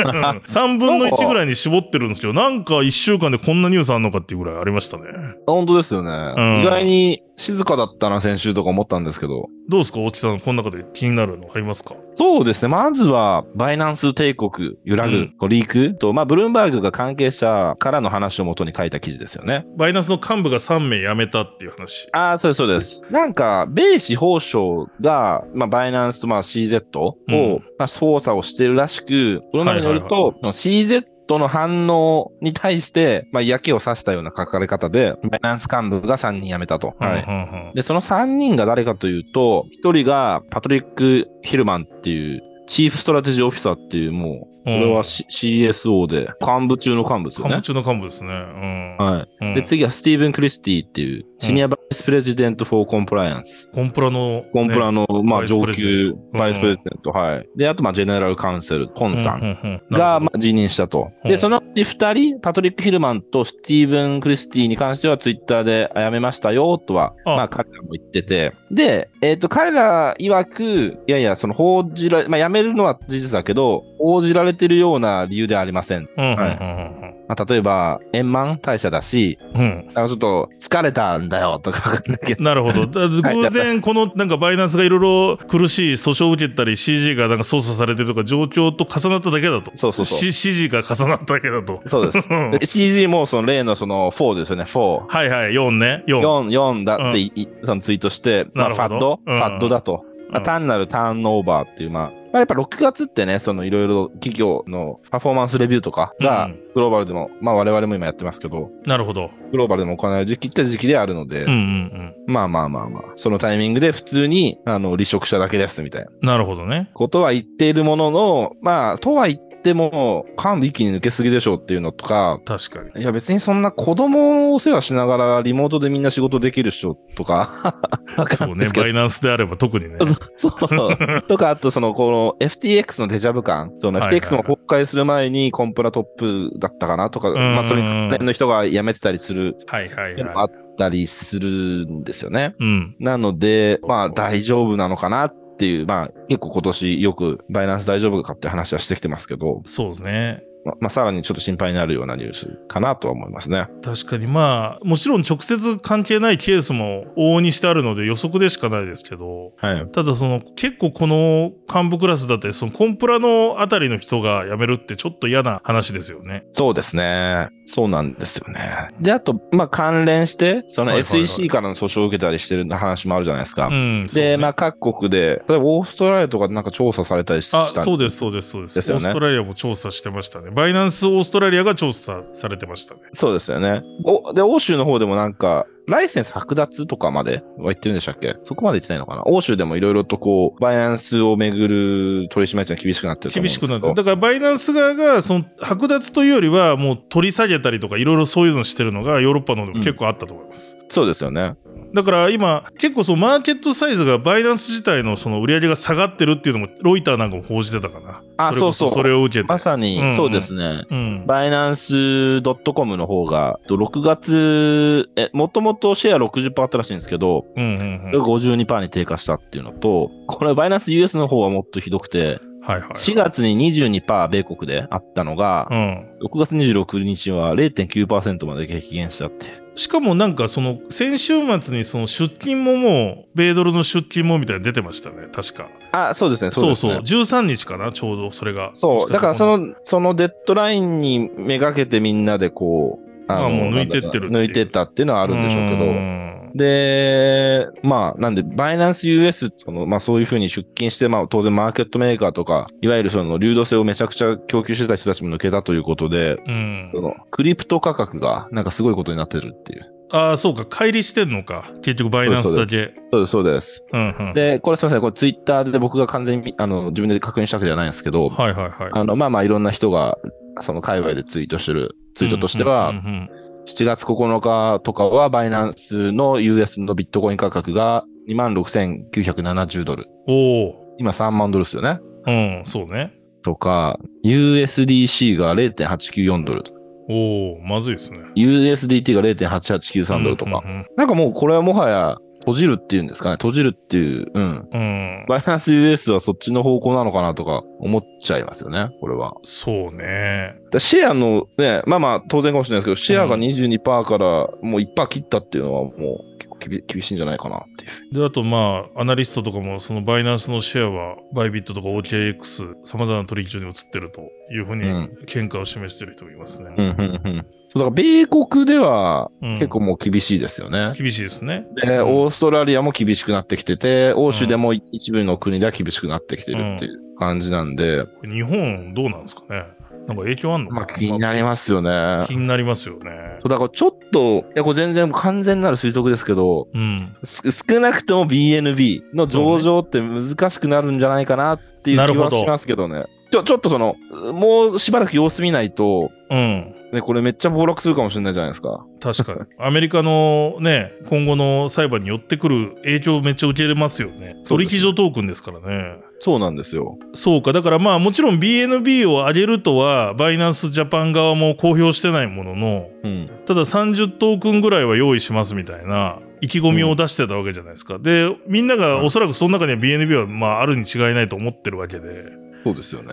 [SPEAKER 1] 3分 の1ぐらいに絞ってるんですけど、なんか1週間でこんなニュースあんのかっていうぐらいありましたね。
[SPEAKER 2] 本当ですよね、
[SPEAKER 1] ん
[SPEAKER 2] 意外に静かだったな、先週とか思ったんですけど。
[SPEAKER 1] どうですか大木さん、この中で気になるのありますか
[SPEAKER 2] そうですね。まずは、バイナンス帝国揺らぐ、
[SPEAKER 1] うん
[SPEAKER 2] こうリークと、まあ、ブルームバーグが関係者からの話をもとに書いた記事ですよね。
[SPEAKER 1] バイナンスの幹部が3名辞めたっていう話。
[SPEAKER 2] ああ、そうです、そうです。なんか、米司法省が、まあ、バイナンスと、まあ、CZ を、
[SPEAKER 1] うん
[SPEAKER 2] まあ、操作をしてるらしく、この中によると、
[SPEAKER 1] はいはい
[SPEAKER 2] その CZ の反応に対して、まあ、嫌気をさしたような書かれ方で、バイナンス幹部が3人辞めたと。
[SPEAKER 1] うんうん
[SPEAKER 2] で、その3人が誰かというと、1人がパトリック・ヒルマンっていう、チーフストラテジーオフィサーっていう、もう、
[SPEAKER 1] こ
[SPEAKER 2] これは、C- CSO で、幹部中の幹部ですよ
[SPEAKER 1] 幹
[SPEAKER 2] ね
[SPEAKER 1] 部。中の幹部ですね。うん。
[SPEAKER 2] は
[SPEAKER 1] う
[SPEAKER 2] い。
[SPEAKER 1] ん
[SPEAKER 2] で、次はスティーブン・クリスティっていう、シニアバイスプレジデント・フォー・コンプライアンス。
[SPEAKER 1] コンプラの、
[SPEAKER 2] コンプラの、ま
[SPEAKER 1] バ
[SPEAKER 2] あ、
[SPEAKER 1] イス
[SPEAKER 2] 上
[SPEAKER 1] プレジデ
[SPEAKER 2] 級
[SPEAKER 1] ント
[SPEAKER 2] バイスプレジデント、はい。で、あと、まあ、ジェネラルカウンセル、コンさん。
[SPEAKER 1] ん
[SPEAKER 2] が、まあ、辞任したと。
[SPEAKER 1] う
[SPEAKER 2] で、
[SPEAKER 1] ん
[SPEAKER 2] そのうち2人、パトリック・ヒルマンとスティーブン・クリスティに関しては、ツイッターであ辞めましたよとは、
[SPEAKER 1] あ
[SPEAKER 2] まあ、彼らも言ってて。で、えっ、と、彼ら曰く、いやいや、その報じられ、まあ、辞めるのは事実だけど、報じられてるような理由ではありません。
[SPEAKER 1] うんうん
[SPEAKER 2] はいまあ、例えば、円満退社だし、
[SPEAKER 1] うんうん
[SPEAKER 2] あのちょっと疲れたんだよとかわかんないけ
[SPEAKER 1] う
[SPEAKER 2] ど。
[SPEAKER 1] んなるほ ど。だ偶然、このなんかバイナンスがいろいろ苦しい訴訟を受けたり、CG がなんか操作されてるとか、状況と重なっただけだと。
[SPEAKER 2] そうそうそう。
[SPEAKER 1] し CG が重なっただけだと。
[SPEAKER 2] そうです。
[SPEAKER 1] うん
[SPEAKER 2] で CG もその例のその4ですよね、4。
[SPEAKER 1] はいはい、4ね。4。
[SPEAKER 2] 4、4だってい、いそのツイートして、ま
[SPEAKER 1] な
[SPEAKER 2] あ、
[SPEAKER 1] る
[SPEAKER 2] ファ
[SPEAKER 1] ほ
[SPEAKER 2] ッド
[SPEAKER 1] ど、うん
[SPEAKER 2] ファッドだと。まあ、
[SPEAKER 1] うん
[SPEAKER 2] 単なるターンオーバーっていう、まあ、まあ、やっぱ6月ってね、そのいろいろ企業のパフォーマンスレビューとか
[SPEAKER 1] う
[SPEAKER 2] が
[SPEAKER 1] ん、
[SPEAKER 2] グローバルでも、まあ我々も今やってますけど、
[SPEAKER 1] なるほど。
[SPEAKER 2] グローバルでも行う時期って時期であるので、
[SPEAKER 1] うんうん
[SPEAKER 2] まあまあまあまあ、そのタイミングで普通に、あの、離職者だけですみたいな
[SPEAKER 1] うん。なるほどね。
[SPEAKER 2] ことは言っているものの、まあ、とは言っても、幹部一気に抜けすぎでしょうっていうのとか、
[SPEAKER 1] 確かに。
[SPEAKER 2] いや別にそんな子供をお世話しながらリモートでみんな仕事できるっしょとか、わか
[SPEAKER 1] そ
[SPEAKER 2] ん
[SPEAKER 1] う
[SPEAKER 2] ないで
[SPEAKER 1] ね。
[SPEAKER 2] すけど
[SPEAKER 1] バイナンスであれば特にね。
[SPEAKER 2] そう そう。とか、あとその、この FTX のデジャブ感、その
[SPEAKER 1] はいはいはい
[SPEAKER 2] FTX も崩壊する前にコンプラトップだったかなとか、
[SPEAKER 1] ん
[SPEAKER 2] まあそれに関連の人が辞めてたりする
[SPEAKER 1] はいはい
[SPEAKER 2] っていうの
[SPEAKER 1] は
[SPEAKER 2] もあ
[SPEAKER 1] い。
[SPEAKER 2] ったりするんですよね。
[SPEAKER 1] うん。
[SPEAKER 2] なので、まあ大丈夫なのかなっていう、まあ結構今年よくバイナンス大丈夫かっていう話はしてきてますけど、
[SPEAKER 1] そうですね。
[SPEAKER 2] まあまあさらにちょっと心配になるようなニュースかなとは思いますね。
[SPEAKER 1] 確かにまあもちろん直接関係ないケースも往々にしてあるので予測でしかないですけど
[SPEAKER 2] はい。
[SPEAKER 1] ただその結構この幹部クラスだってそのコンプラのあたりの人が辞めるってちょっと嫌な話ですよね。
[SPEAKER 2] そうですね。そうなんですよね。で、あと、まあ関連して、その
[SPEAKER 1] はいはいはい
[SPEAKER 2] SEC からの訴訟を受けたりしてる話もあるじゃないですか。
[SPEAKER 1] うん、そう
[SPEAKER 2] で、
[SPEAKER 1] ね
[SPEAKER 2] まあ、各国で、例えばオーストラリアとかでなんか調査されたりした
[SPEAKER 1] あ
[SPEAKER 2] ん
[SPEAKER 1] そうですそうですそうです
[SPEAKER 2] ですよ
[SPEAKER 1] オー
[SPEAKER 2] ね
[SPEAKER 1] ストラリアも調査してましたね。バイナンスオーストラリアが調査されてましたね。
[SPEAKER 2] そうですよね。おで、欧州の方でもなんか、ライセンス剥奪とかまでは言ってるんでしたっけそこまで言ってないのかな欧州でもいろいろとこう、バイナンスをめぐる取り締まりっていうのは厳しくなってると
[SPEAKER 1] 厳
[SPEAKER 2] 思うんで
[SPEAKER 1] し
[SPEAKER 2] すけ
[SPEAKER 1] くな
[SPEAKER 2] ど。
[SPEAKER 1] ってだからバイナンス側がその剥奪というよりはもう取り下げたりとかいろいろそういうのしてるのがヨーロッパの方でも結構あったと思います。
[SPEAKER 2] そうですよね。
[SPEAKER 1] だから今結構そのマーケットサイズがバイナンス自体のその売り上げが下がってるっていうのもロイターなんかも報じてたかな
[SPEAKER 2] あ
[SPEAKER 1] れこ
[SPEAKER 2] そうそう
[SPEAKER 1] それを受けて、
[SPEAKER 2] まさ
[SPEAKER 1] うんう
[SPEAKER 2] に、
[SPEAKER 1] ん
[SPEAKER 2] そうですね。
[SPEAKER 1] うん、
[SPEAKER 2] バイナンス .com の方が、と6月、え、もともとシェア60%あったらしいんですけど、
[SPEAKER 1] うんうんうん
[SPEAKER 2] 52%に低下したっていうのと、これバイナンス US の方はもっとひどくて、
[SPEAKER 1] はいはい
[SPEAKER 2] 4月に22%米国であったのが、
[SPEAKER 1] うん、
[SPEAKER 2] 6月26日は0.9%まで激減したっていう。
[SPEAKER 1] しかもなんかその先週末にその出勤ももう米ドルの出勤もみたいなの出てましたね確か
[SPEAKER 2] あ、そうですね、
[SPEAKER 1] そう,、
[SPEAKER 2] そうです
[SPEAKER 1] そう
[SPEAKER 2] ね。
[SPEAKER 1] 13日かなちょうどそれが
[SPEAKER 2] そう、だからそ
[SPEAKER 1] の
[SPEAKER 2] の、そのデッドラインにめがけてみんなでこう、
[SPEAKER 1] まあ
[SPEAKER 2] の
[SPEAKER 1] もう抜いてってるっていう
[SPEAKER 2] 抜いてったっていうのはあ
[SPEAKER 1] あ
[SPEAKER 2] るんでしょうけど。
[SPEAKER 1] ど
[SPEAKER 2] で、まあ、なんで、バイナンス US、その、まあそういうふうに出勤して、まあ当然マーケットメーカーとか、いわゆるその流動性をめちゃくちゃ供給してた人たちも抜けたということで、
[SPEAKER 1] うん
[SPEAKER 2] そ、のクリプト価格がなんかすごいことになってるっていう。
[SPEAKER 1] ああそうか乖離してんのか結局バイナンスだけ
[SPEAKER 2] そうです、そうです。
[SPEAKER 1] うんうん
[SPEAKER 2] で、これすみません、これツイッターで僕が完全にあの自分で確認したわけじゃないんですけど、
[SPEAKER 1] はいはいはい
[SPEAKER 2] あのまあまあいろんな人がその界隈でツイートしてるツイートとしては、
[SPEAKER 1] うんうんうんうん
[SPEAKER 2] 7月9日とかはバイナンスの US のビットコイン価格が26,970ドル。
[SPEAKER 1] おお
[SPEAKER 2] 今3万ドルですよね。
[SPEAKER 1] うん、そうね。
[SPEAKER 2] とか、USDC が0.894ドル。
[SPEAKER 1] おお、まずいですね。
[SPEAKER 2] USDT が0.8893ドルとか。
[SPEAKER 1] うん
[SPEAKER 2] なんかもうこれはもはや閉じるっていうんですかね。閉じるっていう、うん。
[SPEAKER 1] うんうん、うん
[SPEAKER 2] バイナンス US はそっちの方向なのかなとか思っちゃいますよね、これは。
[SPEAKER 1] そうね。
[SPEAKER 2] だからシェアのね、まあまあ当然かもしれないですけど、シェアが
[SPEAKER 1] うん
[SPEAKER 2] 22%からもう1%切ったっていうのはもう結構厳厳しいんじゃないかなっていう。
[SPEAKER 1] で、あとまあ、アナリストとかも、そのバイナンスのシェアは、バイビットとか OKX、さまざまな取引所に移ってるというふう
[SPEAKER 2] う
[SPEAKER 1] に見解を示してる人もいますね。
[SPEAKER 2] うんうんうん。そうだから米国では
[SPEAKER 1] うん
[SPEAKER 2] 結構もう厳しいですよね。
[SPEAKER 1] 厳しいですね。
[SPEAKER 2] で、
[SPEAKER 1] うん
[SPEAKER 2] オーストラリアも厳しくなってきてて、欧州でも一部の国では厳しくなってきてるっていう感じなんで、
[SPEAKER 1] 日本、どうなんですかね。なんか影響あんのか
[SPEAKER 2] まあ気になりますよね。
[SPEAKER 1] 気になりますよね。
[SPEAKER 2] そうだからちょっと、いやこれ全然完全なる推測ですけど、
[SPEAKER 1] うん。
[SPEAKER 2] す少なくとも BNB の上場って難しくなるんじゃないかなっていう
[SPEAKER 1] なる
[SPEAKER 2] 気
[SPEAKER 1] ほ
[SPEAKER 2] は
[SPEAKER 1] ど
[SPEAKER 2] しますけどね。ちょ、ちょっとその、もうしばらく様子見ないと、
[SPEAKER 1] うん。
[SPEAKER 2] ね、これめっちゃ暴落するかもしれないじゃないですか。
[SPEAKER 1] 確 かに。アメリカのね、今後の裁判によってくる影響めっちゃ受けれますよね。
[SPEAKER 2] そう
[SPEAKER 1] 取
[SPEAKER 2] です
[SPEAKER 1] 引所トークンですからね。
[SPEAKER 2] そうなんですよ。
[SPEAKER 1] そうか。だからまあもちろん BNB を上げるとは、バイナンスジャパン側も公表してないものの、
[SPEAKER 2] うん。
[SPEAKER 1] ただ30トークンぐらいは用意しますみたいな意気込みを出してたわけじゃないですか。で、みんながおそらくその中には BNB はまああるに違いないと思ってるわけで。
[SPEAKER 2] そうですよね。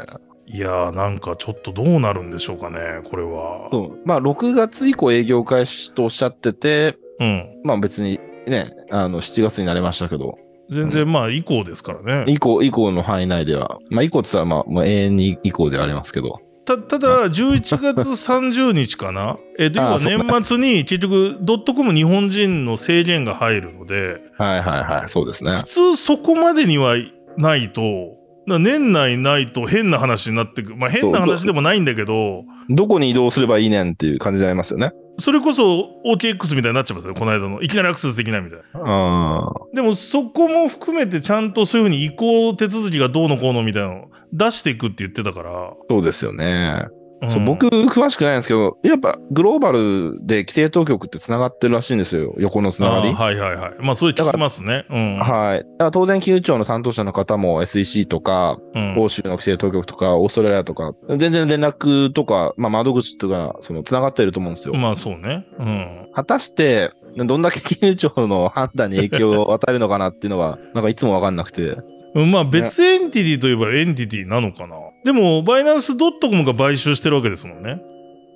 [SPEAKER 1] いやーなんかちょっとどうなるんでしょうかね、これは。
[SPEAKER 2] そう。まあ、6月以降営業開始とおっしゃってて、
[SPEAKER 1] うん。
[SPEAKER 2] まあ別にね、あの、7月になりましたけど、
[SPEAKER 1] 全然まあ以降ですからね。
[SPEAKER 2] 以降、以降の範囲内では、まあ以降って言ったら、まあ、まあ、永遠に以降ではありますけど、
[SPEAKER 1] た、ただ、11月30日かな。え、で、要
[SPEAKER 2] あ
[SPEAKER 1] は
[SPEAKER 2] ーそう
[SPEAKER 1] 年
[SPEAKER 2] ね
[SPEAKER 1] 末に結局ドットコム日本人の制限が入るので、
[SPEAKER 2] はいはいはい、そうですね
[SPEAKER 1] 普。通そこまでにはないと、な年内ないと変な話になってくる。まあ変な話でもないんだけど、
[SPEAKER 2] どこに移動すればいいねんっていう感じになりますよね。
[SPEAKER 1] それこそ OKX みたいになっちゃいますよ、この間の。いきなりアクセスできないみたいな。
[SPEAKER 2] うん。
[SPEAKER 1] でもそこも含めてちゃんとそういうふうに移行手続きがどうのこうのみたいなのを出していくって言ってたから。
[SPEAKER 2] そうですよね。
[SPEAKER 1] うん
[SPEAKER 2] そう僕、詳しくないんですけど、やっぱグローバルで規制当局って繋がってるらしいんですよ。横のつなが
[SPEAKER 1] あ
[SPEAKER 2] り
[SPEAKER 1] ー。はいはいはい。まあそれ聞きますね。うん。
[SPEAKER 2] はい。だから当然、金融庁の担当者の方も SEC とか、
[SPEAKER 1] うん
[SPEAKER 2] 欧州の規制当局とか、オーストラリアとか、全然連絡とか、まあ、窓口とか、その、繋がってると思うんですよ。
[SPEAKER 1] まあそうね。うん。
[SPEAKER 2] 果たして、どんだけ金融庁の判断に影響を与えるのかなっていうのは、 なんかいつもわかんなくて。
[SPEAKER 1] うんまあ別エンティティといえばエンティティなのかな。でも、バイナンスドットコムが買収してるわけですもんね。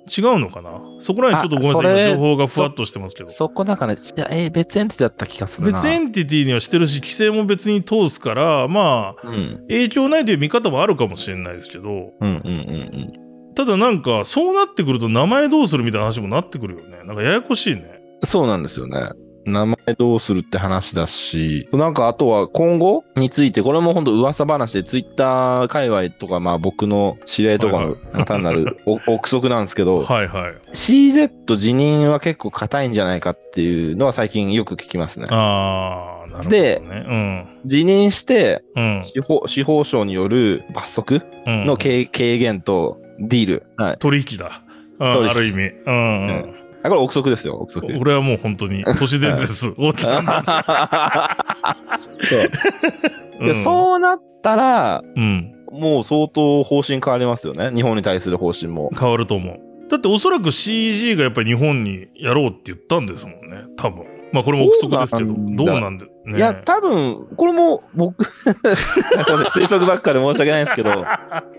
[SPEAKER 1] 違うのかなそこら辺ちょっとごめんな
[SPEAKER 2] あ
[SPEAKER 1] さい。
[SPEAKER 2] それ
[SPEAKER 1] 今情報がふわっとしてますけど。
[SPEAKER 2] そこなんかね、いやえー別エンティティだった気がするな。
[SPEAKER 1] 別エンティティにはしてるし、規制も別に通すから、まあ、
[SPEAKER 2] うん。
[SPEAKER 1] 影響ないという見方もあるかもしれないですけど、
[SPEAKER 2] うんうんうん
[SPEAKER 1] ただなんか、そうなってくると名前どうするみたいな話もなってくるよね。なんかややこしいね。
[SPEAKER 2] うん。そうなんですよね。名前どうするって話だし、なんかあとは今後について、これも本当噂話で、ツイッター界隈とか、まあ僕の知り合いとか
[SPEAKER 1] はい
[SPEAKER 2] の単なる お憶測なんですけど、
[SPEAKER 1] はいはい。
[SPEAKER 2] CZ 辞任は結構硬いんじゃないかっていうのは最近よく聞きますね。
[SPEAKER 1] あー、なるほど
[SPEAKER 2] で
[SPEAKER 1] ね。
[SPEAKER 2] 辞任して、
[SPEAKER 1] うん。
[SPEAKER 2] 司法司法省による罰則
[SPEAKER 1] うん。うん
[SPEAKER 2] の軽,、軽減とディール。はい。
[SPEAKER 1] 取引だ。うん
[SPEAKER 2] 取引
[SPEAKER 1] ある意味。うん、うん。
[SPEAKER 2] あこれ憶測ですよ、憶測。
[SPEAKER 1] 俺はもう本当 に、都市伝説、大木さんだ。
[SPEAKER 2] そう
[SPEAKER 1] う
[SPEAKER 2] で
[SPEAKER 1] ん、
[SPEAKER 2] そうなったら、
[SPEAKER 1] うん。
[SPEAKER 2] もう相当方針変わりますよね。日本に対する方針も。
[SPEAKER 1] 変わると思う。だっておそらく CG がやっぱり日本にやろうって言ったんですもんね。多分。まあこれも憶測ですけど、ど
[SPEAKER 2] ど
[SPEAKER 1] う
[SPEAKER 2] う
[SPEAKER 1] な
[SPEAKER 2] なん
[SPEAKER 1] で、ね、
[SPEAKER 2] いや、多分、これも僕、 すいません推測ばっかで申し訳ないんですけど、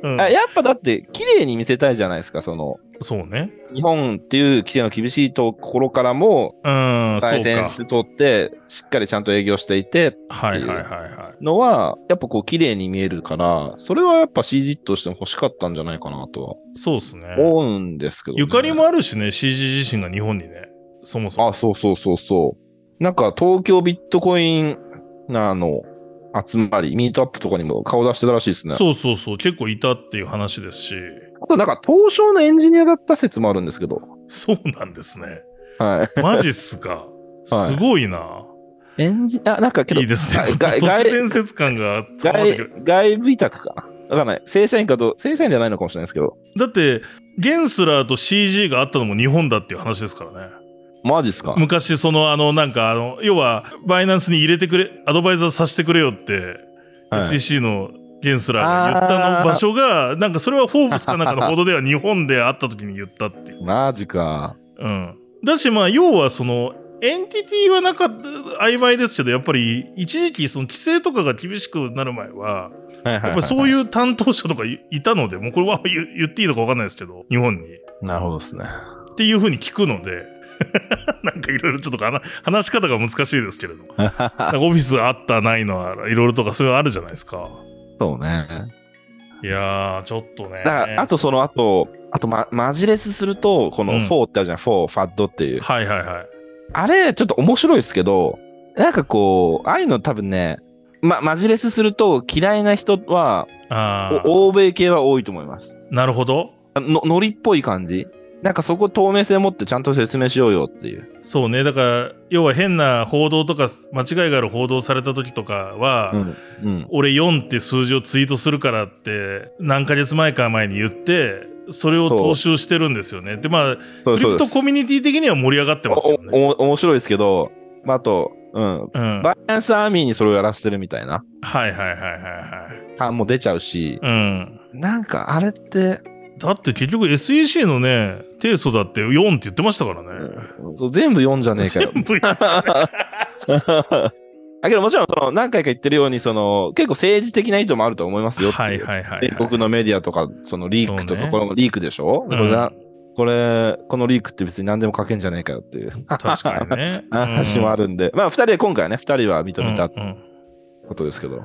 [SPEAKER 1] うん
[SPEAKER 2] あやっぱだって、綺麗に見せたいじゃないですか、その、
[SPEAKER 1] そうね。
[SPEAKER 2] 日本っていう規制の厳しいところからも、
[SPEAKER 1] うん、そ
[SPEAKER 2] ラ
[SPEAKER 1] う
[SPEAKER 2] イ
[SPEAKER 1] か
[SPEAKER 2] セ。ンス取って、しっかりちゃんと営業していて、
[SPEAKER 1] はいはいはいはい。
[SPEAKER 2] のは、やっぱこう綺麗に見えるから、それはやっぱ CG としても欲しかったんじゃないかなとは
[SPEAKER 1] そうですね。
[SPEAKER 2] 思うんですけど、ね。
[SPEAKER 1] ゆかりもあるしね、CG 自身が日本にね、そもそも。
[SPEAKER 2] あ、そうそうそうそう。なんか東京ビットコインなの集まり、ミートアップとかにも顔出してたらしいですね。
[SPEAKER 1] そうそうそう、結構いたっていう話ですし、
[SPEAKER 2] あとなんか東証のエンジニアだった説もあるんですけど。
[SPEAKER 1] そうなんですね。
[SPEAKER 2] はい。
[SPEAKER 1] マジっすか。
[SPEAKER 2] はい
[SPEAKER 1] すごいな。
[SPEAKER 2] エンジあ、なんかけど、
[SPEAKER 1] いいですね。
[SPEAKER 2] がが
[SPEAKER 1] 都市伝説感が高まってく
[SPEAKER 2] 外
[SPEAKER 1] る。
[SPEAKER 2] 外部委託かな。わかんない。正社員かと、正社員じゃないのかもしれないですけど。
[SPEAKER 1] だって、ゲンスラーと CG があったのも日本だっていう話ですからね。
[SPEAKER 2] マジっすか
[SPEAKER 1] 昔、その、あの、なんか、あの、要は、バイナンスに入れてくれ、アドバイザーさせてくれよって、
[SPEAKER 2] はい
[SPEAKER 1] SEC のゲンスラーが言ったの場所が、なんかそれはフォーブスかなんかの報道では日本であった時に言ったっていう。
[SPEAKER 2] マジか。
[SPEAKER 1] うん。だし、まあ、要はその、エンティティはなんか曖昧ですけど、やっぱり一時期その規制とかが厳しくなる前は、
[SPEAKER 2] はいはい、。
[SPEAKER 1] やっぱりそういうう担当者とかいいたので、もうこれは言言っていいのか分かんないですけど、日本に。
[SPEAKER 2] なるほどですね。
[SPEAKER 1] っていうふうに聞くので、 なんかいろいろちょっとかな話し方が難しいですけれども、なんかオフィスあったないのはいろいろとかそういうのあるじゃないですか。
[SPEAKER 2] そうね。
[SPEAKER 1] いやー、ちょっとね。
[SPEAKER 2] だから、あとその後、あと、ま、マジレスすると、こ
[SPEAKER 1] うん
[SPEAKER 2] の4ってあるじゃん、4、ファッドっていう。
[SPEAKER 1] はいはいはい。
[SPEAKER 2] あれ、ちょっと面白いですけど、なんかこう、ああいうの多分ね、ま、マジレスすると嫌いな人は、
[SPEAKER 1] あー
[SPEAKER 2] お欧米系は多いと思います。
[SPEAKER 1] なるほど。
[SPEAKER 2] あのノリっぽい感じ。なんかそこ透明性持ってちゃんと説明しようよっていう。
[SPEAKER 1] そうねだから要は変な報道とか間違いがある報道された時とかは、
[SPEAKER 2] うん。うん。
[SPEAKER 1] 俺4って数字をツイートするからって何ヶ月前か前に言ってそれを踏襲してるんですよねでまあ
[SPEAKER 2] そ
[SPEAKER 1] ク
[SPEAKER 2] う
[SPEAKER 1] リ
[SPEAKER 2] そう
[SPEAKER 1] プ
[SPEAKER 2] で
[SPEAKER 1] ト
[SPEAKER 2] す。
[SPEAKER 1] コミュニティ的には盛り上がってますけど
[SPEAKER 2] お
[SPEAKER 1] ね、
[SPEAKER 2] お面白いですけど、まあ、あと、うん。
[SPEAKER 1] うん、はい
[SPEAKER 2] バイアンスアーミーにそれをやらせてるみたいな。
[SPEAKER 1] はいはいはいはい
[SPEAKER 2] あもう出ちゃうし、
[SPEAKER 1] うん
[SPEAKER 2] なんかあれって、
[SPEAKER 1] だって結局 SEC のね提訴だって4って言ってましたからね
[SPEAKER 2] そう 全部読んじゃねえかよ。
[SPEAKER 1] 全部
[SPEAKER 2] あけどもちろんその何回か言ってるようにその結構政治的な意図もあると思いますよって。
[SPEAKER 1] はいいうはいはい、はい、
[SPEAKER 2] 米国のメディアとかそのリークとか、
[SPEAKER 1] そうね
[SPEAKER 2] このリークでしょ、
[SPEAKER 1] うん
[SPEAKER 2] これなこれこのリークって別に何でも書けんじゃねえかよっていう
[SPEAKER 1] 確かにね
[SPEAKER 2] 話もあ
[SPEAKER 1] る
[SPEAKER 2] るんで、まあ2人で今回はね2人は認めたってことですけど、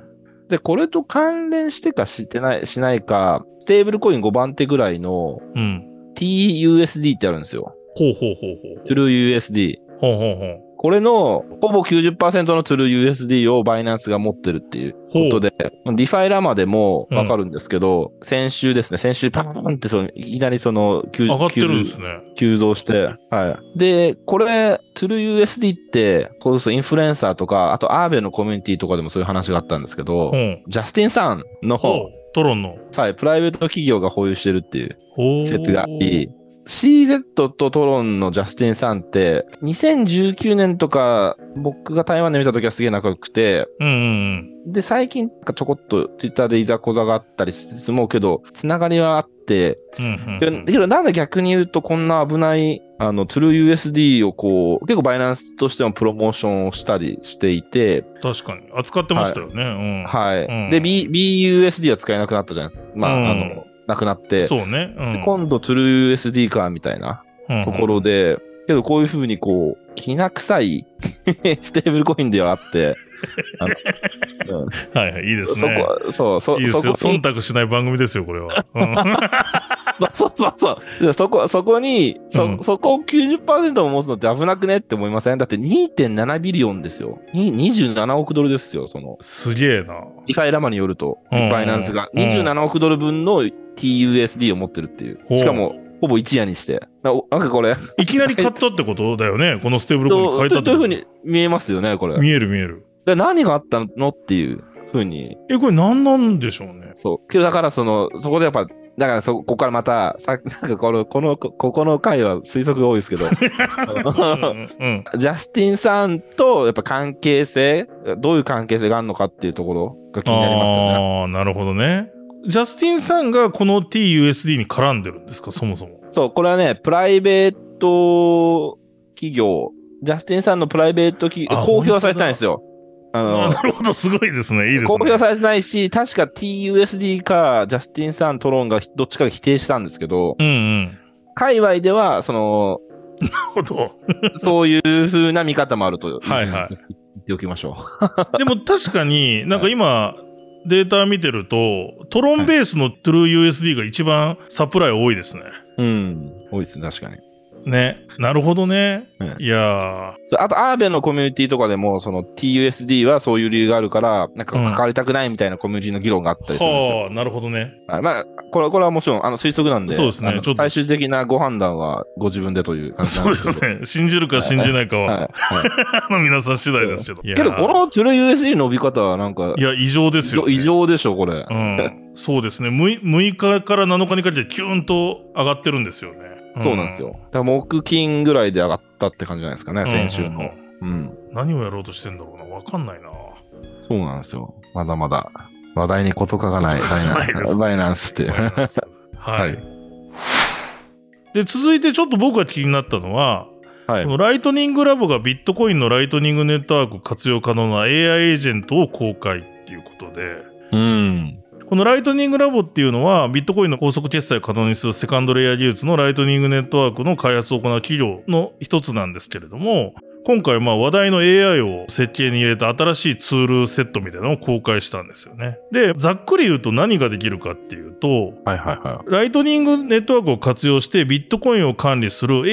[SPEAKER 2] でこれと関連してかしてないしないかテーブルコイン5番手ぐらいの
[SPEAKER 1] うん、うんうん、
[SPEAKER 2] TUSD ってあるんですよ
[SPEAKER 1] ほうほうほうほう
[SPEAKER 2] TrueUSD
[SPEAKER 1] ほうほうほう
[SPEAKER 2] これのほぼ90%の TrueUSD をバイナンスが持ってるっていう
[SPEAKER 1] ほう
[SPEAKER 2] ことで、ディファイラマでもわかるんですけど、先週ですね、先週パーンってそのいきなりその急
[SPEAKER 1] 上がってるんです
[SPEAKER 2] 急
[SPEAKER 1] ね
[SPEAKER 2] 急増して、はい。で、これ、TrueUSD って、これこそインフルエンサーとか、あとアーベのコミュニティとかでもそういう話があったんですけど、
[SPEAKER 1] うん
[SPEAKER 2] ジャスティンさんの
[SPEAKER 1] ほ
[SPEAKER 2] 方、
[SPEAKER 1] うトロンの
[SPEAKER 2] はい、プライベート企業が保有してるっていう
[SPEAKER 1] ほう
[SPEAKER 2] 説があり、CZ とトロンのジャスティンさんって、2019年とか、僕が台湾で見た時はすげえ仲良くて、
[SPEAKER 1] うんうんうん
[SPEAKER 2] で、最近、ちょこっと Twitter でいざこざがあったりしつつも、けど、つながりはあって、
[SPEAKER 1] うんうん
[SPEAKER 2] け
[SPEAKER 1] う
[SPEAKER 2] ど
[SPEAKER 1] ん
[SPEAKER 2] けどなんで逆に言うと、こんな危ない、あの、TrueUSD をこう、結構バイナンスとしてもプロモーションをしたりしていて、
[SPEAKER 1] 確かに扱ってましたよね、うん、
[SPEAKER 2] はい。
[SPEAKER 1] うん
[SPEAKER 2] で、B、BUSD は使えなくなったじゃないまあ、
[SPEAKER 1] うん
[SPEAKER 2] あの、なくなって、
[SPEAKER 1] そうね、うん
[SPEAKER 2] で今度 TrueUSD か、みたいなところで、けどこういうふうにこう、きな臭い ステーブルコインではあって、あのうん
[SPEAKER 1] うんはいはいいいです
[SPEAKER 2] そ
[SPEAKER 1] ね
[SPEAKER 2] こ、そう、そ、
[SPEAKER 1] いいで
[SPEAKER 2] そ
[SPEAKER 1] す
[SPEAKER 2] こ
[SPEAKER 1] よ
[SPEAKER 2] に
[SPEAKER 1] 忖度しない番組ですよこれは、うん、
[SPEAKER 2] そうそうそう。でそこ、そこに、そ、
[SPEAKER 1] うん
[SPEAKER 2] そこを90%も持つのって危なくねって思いませんだって2.7ビリオンですよ。に27億ドルですよ、その。
[SPEAKER 1] すげえな
[SPEAKER 2] リファイラマによると、
[SPEAKER 1] うん
[SPEAKER 2] バイナンスが
[SPEAKER 1] うん
[SPEAKER 2] 27億ドル分の TUSD を持ってるってい
[SPEAKER 1] ほう
[SPEAKER 2] う。しかも、ほぼ一夜にして。なおなんかこれ、
[SPEAKER 1] いきなり買ったってことだよねこのステーブルコイン
[SPEAKER 2] ど
[SPEAKER 1] 変
[SPEAKER 2] う
[SPEAKER 1] えたって
[SPEAKER 2] どういうふ
[SPEAKER 1] こ
[SPEAKER 2] うに見えますよね、ことれ。
[SPEAKER 1] 見える見える
[SPEAKER 2] で何があったのっていうふうに。
[SPEAKER 1] えこれ何なんでしょうね
[SPEAKER 2] そう。けどだからその、そこでやっぱ、だからそここからまた、さなんかこの、この、こここの回は推測が多いで すけど、
[SPEAKER 1] うんうん
[SPEAKER 2] ジャスティンさんとやっぱ関係性、どういう関係性があるのかっていうところが気になりますよね。
[SPEAKER 1] ああなるほどねジャスティンさんがこの TUSD に絡んでるんですかそもそも
[SPEAKER 2] そう、これはね、プライベート企業、ジャスティンさんのプライベート企業
[SPEAKER 1] あ、
[SPEAKER 2] 公表されてないんですよ。あ
[SPEAKER 1] あ
[SPEAKER 2] の
[SPEAKER 1] ーなるほどすごいですねいいですね
[SPEAKER 2] 公表されてないし、確か TUSD かジャスティンさん、トロンがどっちかが否定したんですけど、
[SPEAKER 1] うんうんなる
[SPEAKER 2] 界隈では、そ の、
[SPEAKER 1] ほど
[SPEAKER 2] そういう風な見方もあると。
[SPEAKER 1] はいはい
[SPEAKER 2] 言っておきましょ
[SPEAKER 1] でも確かになんか今、データ見てると、トロンベースの TrueUSD が一番サプライ多いですね。
[SPEAKER 2] う。うん。多いですね、確かに。
[SPEAKER 1] ね。なるほどね。
[SPEAKER 2] うん
[SPEAKER 1] いや
[SPEAKER 2] そうあと、アーベのコミュニティとかでも、その TUSD はそういう理由があるから、なんか
[SPEAKER 1] うん
[SPEAKER 2] 関わりたくないみたいなコミュニティの議論があった
[SPEAKER 1] ー、
[SPEAKER 2] りするんですよ。
[SPEAKER 1] はあ、なるほどね。
[SPEAKER 2] はいまあ、これはこれはもちろんあの推測なんで、
[SPEAKER 1] そうですね
[SPEAKER 2] あの
[SPEAKER 1] ちょっと
[SPEAKER 2] 最終的なご判断はご自分でという感じなん
[SPEAKER 1] そう
[SPEAKER 2] で
[SPEAKER 1] です
[SPEAKER 2] けど。
[SPEAKER 1] すね。信じるか信じないか
[SPEAKER 2] はい
[SPEAKER 1] は、
[SPEAKER 2] はい
[SPEAKER 1] あの皆さん次第ですけど。
[SPEAKER 2] けど、この TrueUSD の伸び方はなんか
[SPEAKER 1] い、や、いや異常ですよ、ね。
[SPEAKER 2] 異常でしょ、これ。
[SPEAKER 1] うん。そうですね6。6日から7日にかけてキューンと上がってるんですよね。
[SPEAKER 2] そうなんですよ。だから木金ぐらいで上がったって感じじゃないですかね、
[SPEAKER 1] うん。
[SPEAKER 2] 先週の。
[SPEAKER 1] うんうんうん
[SPEAKER 2] うん。
[SPEAKER 1] 何をやろうとしてんだろうな。わかんないな。
[SPEAKER 2] そうなんですよ。まだまだ話題に事欠がないバイナ ン
[SPEAKER 1] ないです
[SPEAKER 2] ス。バイナンスって。
[SPEAKER 1] 思い
[SPEAKER 2] は
[SPEAKER 1] ますは
[SPEAKER 2] はいい。
[SPEAKER 1] で続いてちょっと僕が気になったのは、
[SPEAKER 2] い
[SPEAKER 1] こ。のライトニングラボがビットコインのライトニングネットワーク活用可能な AI エージェントを公開っていうことで、
[SPEAKER 2] うん。
[SPEAKER 1] このライトニングラボっていうのは、ビットコインの高速決済を可能にするセカンドレイヤー技術のライトニングネットワークの開発を行う企業の一つなんですけれども、今回まあ話題の AI を設計に入れた新しいツールセットみたいなのを公開したんですよね。で、ざっくり言うと何ができるかっていうと、
[SPEAKER 2] はいはいは
[SPEAKER 1] ライトニングネットワークを活用してビットコインを管理する AI エ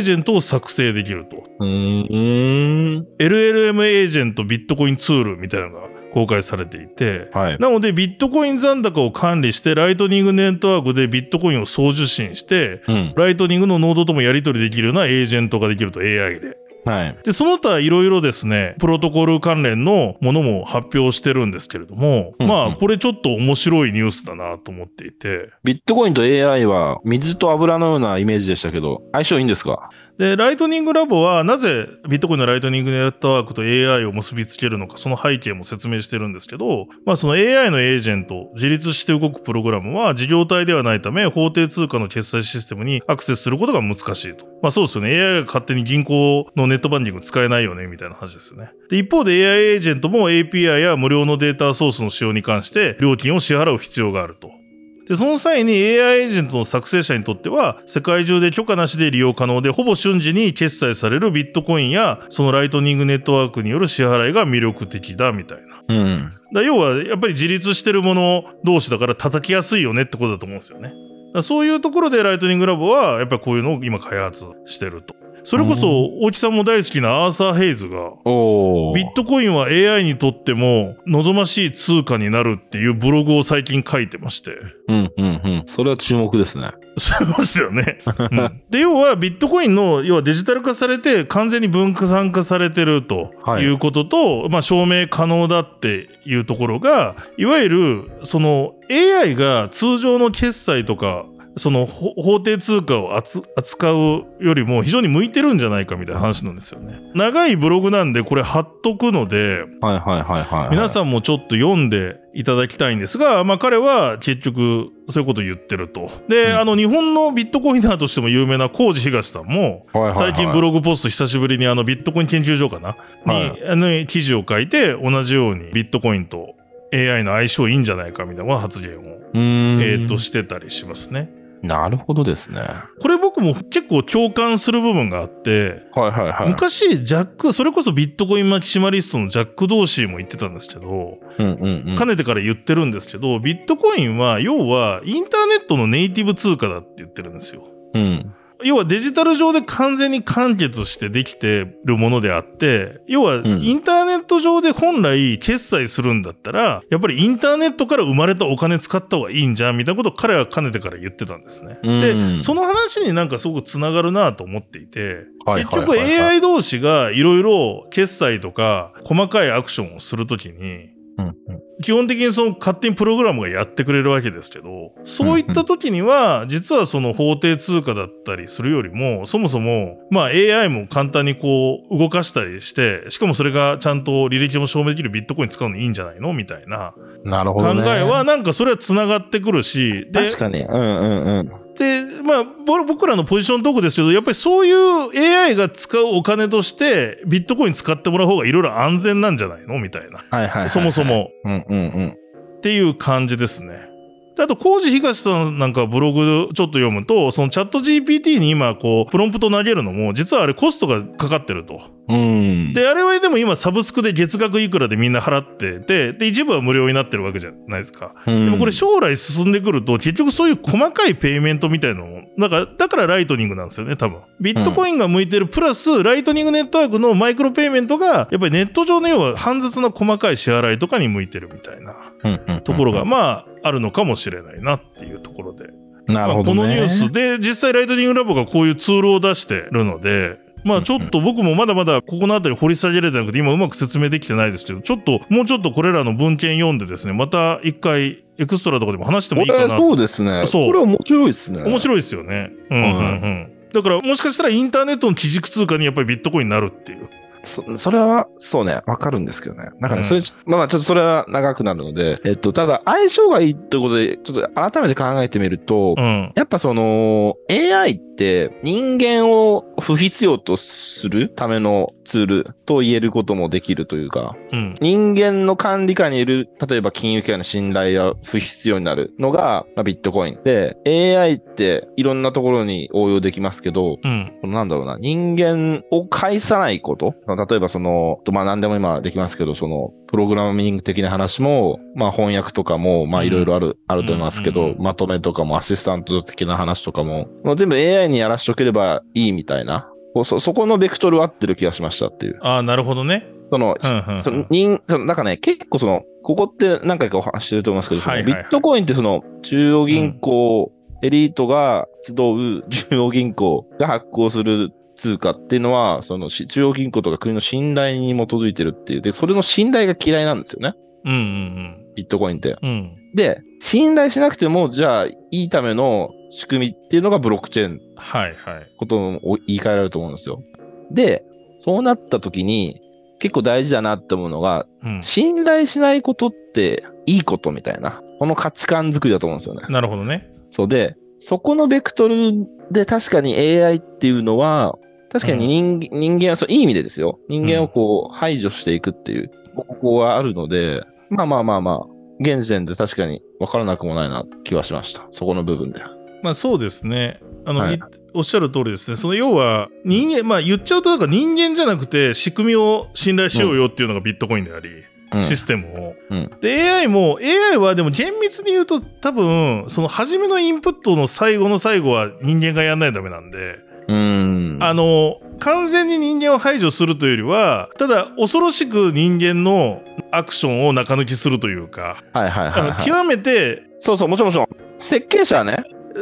[SPEAKER 1] ージェントを作成できると。
[SPEAKER 2] い。うーん。
[SPEAKER 1] LLM エージェントビットコインツールみたいなのが公開されていて、
[SPEAKER 2] は い。
[SPEAKER 1] なので、ビットコイン残高を管理して、ライトニングネットワークでビットコインを送受信して、
[SPEAKER 2] うん。
[SPEAKER 1] ライトニングのノードともやり取りできるようなエージェントができると AI で。
[SPEAKER 2] はい。
[SPEAKER 1] で、その他いろいろですね、プロトコル関連のものも発表してるんですけれども、
[SPEAKER 2] うん
[SPEAKER 1] ま
[SPEAKER 2] う
[SPEAKER 1] あ、
[SPEAKER 2] ん
[SPEAKER 1] これちょっと面白いニュースだなと思っていて、
[SPEAKER 2] ビットコインと AI は水と油のようなイメージでしたけど、相性いいんですか
[SPEAKER 1] で、ライトニングラボはなぜビットコインのライトニングネットワークと AI を結びつけるのか、その背景も説明してるんですけど、まあその AI のエージェント、自立して動くプログラムは事業体ではないため、法定通貨の決済システムにアクセスすることが難しいと。まあそうですよね。AI が勝手に銀行のネットバンキング使えないよね、みたいな話ですよね。で、一方で AI エージェントも API や無料のデータソースの使用に関して料金を支払う必要があると。で、その際に AI エージェントの作成者にとっては、世界中で許可なしで利用可能で、ほぼ瞬時に決済されるビットコインや、そのライトニングネットワークによる支払いが魅力的だ、みたいな。だか
[SPEAKER 2] うん。
[SPEAKER 1] ら要は、やっぱり自立してるもの同士だから叩きやすいよねってことだと思うんですよね。だからそういうところでライトニングラボは、やっぱりこういうのを今開発してると。それこ
[SPEAKER 2] う
[SPEAKER 1] そ、大木さんも大好きなアーサー・ヘイズが、
[SPEAKER 2] お
[SPEAKER 1] ビットコインは AI にとっても望ましい通貨になるっていうブログを最近書いてまして。
[SPEAKER 2] うんうんうん。それは注目ですね。
[SPEAKER 1] そうですよね。うんで要はビットコインの要はデジタル化されて完全に分散化されてると
[SPEAKER 2] はい
[SPEAKER 1] いうことと、まあ、証明可能だっていうところがいわゆるその AI が通常の決済とかそのほ法定通貨を扱扱うよりも非常に向いてるんじゃないかみたいな話なんですよね。長いブログなんでこれ貼っとくので、
[SPEAKER 2] はいはいはいはい。
[SPEAKER 1] 皆さんもちょっと読んでいただきたいんですが、まあ、彼は結局そういうことを言ってると。で、
[SPEAKER 2] うん
[SPEAKER 1] あの日本のビットコインナーとしても有名なコージ東さんも、
[SPEAKER 2] ん、はいはいはい、
[SPEAKER 1] 最近ブログポスト久しぶりにあのビットコイン研究所かな、
[SPEAKER 2] は
[SPEAKER 1] にあの記事を書いて同じようにビットコインと AI の相性いいんじゃないかみたいな発言を、
[SPEAKER 2] うーん。
[SPEAKER 1] えーとしてたりしますね。
[SPEAKER 2] なるほどですね。
[SPEAKER 1] これ僕も結構共感する部分があって、
[SPEAKER 2] はいはいはい。
[SPEAKER 1] 昔ジャック、それこそビットコインマキシマリストのジャック・ドーシーも言ってたんですけど、
[SPEAKER 2] うんうんうん。
[SPEAKER 1] かねてから言ってるんですけど、ビットコインは要はインターネットのネイティブ通貨だって言ってるんですよ。
[SPEAKER 2] うん。
[SPEAKER 1] 要はデジタル上で完全に完結してできてるものであって、要は
[SPEAKER 2] ん
[SPEAKER 1] インターネット上で本来決済するんだったら、やっぱりインターネットから生まれたお金使った方がいいんじゃんみたいなことを彼はかねてから言ってたんですね。
[SPEAKER 2] う
[SPEAKER 1] で、
[SPEAKER 2] ん
[SPEAKER 1] その話になんかすごくつながるなと思っていて、
[SPEAKER 2] はい
[SPEAKER 1] 結
[SPEAKER 2] はい
[SPEAKER 1] 局
[SPEAKER 2] はいはい
[SPEAKER 1] AI 同士がいろいろ決済とか細かいアクションをするときに、
[SPEAKER 2] うん
[SPEAKER 1] 基本的にその勝手にプログラムがやってくれるわけですけど、そういった時には、実はその法定通貨だったりするよりも、そもそも、まあ AI も簡単にこう動かしたりして、しかもそれがちゃんと履歴も証明できるビットコイン使うのいいんじゃないのみたいな
[SPEAKER 2] うんなるほ
[SPEAKER 1] 考
[SPEAKER 2] ど、ね。
[SPEAKER 1] えは、なんかそれは繋がってくるし、で
[SPEAKER 2] 確かに。うんうんうん。
[SPEAKER 1] で、まあ、ぼ僕らのポジショントークですけど、やっぱりそういう AI が使うお金として、ビットコイン使ってもらう方がいろいろ安全なんじゃないのみたいな。
[SPEAKER 2] はいはいはい、はい。
[SPEAKER 1] そもそ。も。
[SPEAKER 2] うんうんうん。
[SPEAKER 1] っていう感じですね。であと、工事東さんなんかブログちょっと読むと、そのチャット GPT に今、こう、プロンプト投げるのも、実はあれコストがかかってると。
[SPEAKER 2] うん。
[SPEAKER 1] で、あれはでも今、サブスクで月額いくらでみんな払ってて、で、一部は無料になってるわけじゃないですか。
[SPEAKER 2] うん、
[SPEAKER 1] でもこれ将来進んでくると結局そういう細かいペイメントみたいなのもなんかだからライトニングなんですよね多分ビットコインが向いてるプラスライトニングネットワークのマイクロペイメントがやっぱりネット上の要は煩雑な細かい支払いとかに向いてるみたいな
[SPEAKER 2] うんうんうん
[SPEAKER 1] ところがまああるのかもしれないなっていうところで、
[SPEAKER 2] な
[SPEAKER 1] まあ
[SPEAKER 2] るほど、
[SPEAKER 1] この
[SPEAKER 2] ね。
[SPEAKER 1] ニュースで実際ライトニングラボがこういうツールを出してるのでまあちょっと僕もまだまだここの辺り掘り下げれてなくて今うまく説明できてないですけどちょっともうちょっとこれらの文献読んでですねまた一回エクストラとかでも話してもいい
[SPEAKER 2] こ
[SPEAKER 1] か
[SPEAKER 2] れ
[SPEAKER 1] な
[SPEAKER 2] そうですね。
[SPEAKER 1] そう
[SPEAKER 2] これ面白いですね。
[SPEAKER 1] 面白いですよね。うんうんうんだからもしかしたらインターネットの基軸通貨にやっぱりビットコインになるっていう。
[SPEAKER 2] そそれは、そうね、わかるんですけどね。なんかね、
[SPEAKER 1] うん
[SPEAKER 2] それ、まあまあ、ちょっとそれは長くなるので、えっと、ただ、相性がいいってことで、ちょっと改めて考えてみると、
[SPEAKER 1] うん。
[SPEAKER 2] やっぱその、AI って人間を不必要とするためのツールと言えることもできるというか、
[SPEAKER 1] うん。
[SPEAKER 2] 人間の管理下にいる、例えば金融機関の信頼が不必要になるのが、まあ、ビットコインで、AI っていろんなところに応用できますけど、
[SPEAKER 1] うん。
[SPEAKER 2] このなんだろうな、人間を介さないこと。例えばその、まあ何でも今できますけど、その、プログラミング的な話も、まあ翻訳とかも、まあいろいろある、あると思いますけ
[SPEAKER 1] うん
[SPEAKER 2] ど、
[SPEAKER 1] うんうん
[SPEAKER 2] まとめとかもアシスタント的な話とかも、もう全部 AI にやらしとければいいみたいな。こうそ、そこのベクトルは合ってる気がしましたっていう。
[SPEAKER 1] ああ、なるほどね。
[SPEAKER 2] その、
[SPEAKER 1] うんうんうん
[SPEAKER 2] その人そのなんかね、結構その、ここって何回かお話ししてると思いますけど、その
[SPEAKER 1] はいはいはい
[SPEAKER 2] ビットコインってその、中央銀行、エリートが集う中央銀行が発行する通貨っていうのは、そのし中央銀行とか国の信頼に基づいてるっていう。で、それの信頼が嫌いなんですよね。
[SPEAKER 1] うんうん
[SPEAKER 2] ビットコインって。
[SPEAKER 1] うん。うん。
[SPEAKER 2] で、信頼しなくても、じゃあ、いいための仕組みっていうのがブロックチェーン
[SPEAKER 1] はいはい。
[SPEAKER 2] ことを言い換えられると思うんですよ。で、そうなった時に、結構大事だなって思うのが、
[SPEAKER 1] うん。
[SPEAKER 2] 信頼しないことっていいことみたいな、この価値観づくりだと思うんですよね。
[SPEAKER 1] なるほどね。
[SPEAKER 2] そうで、そこのベクトルで確かに AI っていうのは、確かに人,、人間はそう、いい意味でですよ。人間をこう排除していくっていう方向はあるので、まあまあまあまあ、現時点で確かに分からなくもないな気はしました。そこの部分で。
[SPEAKER 1] まあそうですね。あの、
[SPEAKER 2] はい
[SPEAKER 1] いおっしゃる通りですね。その要は人間、まあ言っちゃうとなんか人間じゃなくて仕組みを信頼しようよっていうのがビットコインであり、
[SPEAKER 2] うん
[SPEAKER 1] システムを。
[SPEAKER 2] うん
[SPEAKER 1] で AI も AI はでも厳密に言うと多分その初めのインプットの最後の最後は人間がやんないとダメなんで、
[SPEAKER 2] うん。
[SPEAKER 1] あの完全に人間を排除するというよりはただ恐ろしく人間のアクションを中抜きするという か、
[SPEAKER 2] はいはいはい、
[SPEAKER 1] あの
[SPEAKER 2] はい。
[SPEAKER 1] 極めて
[SPEAKER 2] そうそう、もちろんもちろん。設計者はね、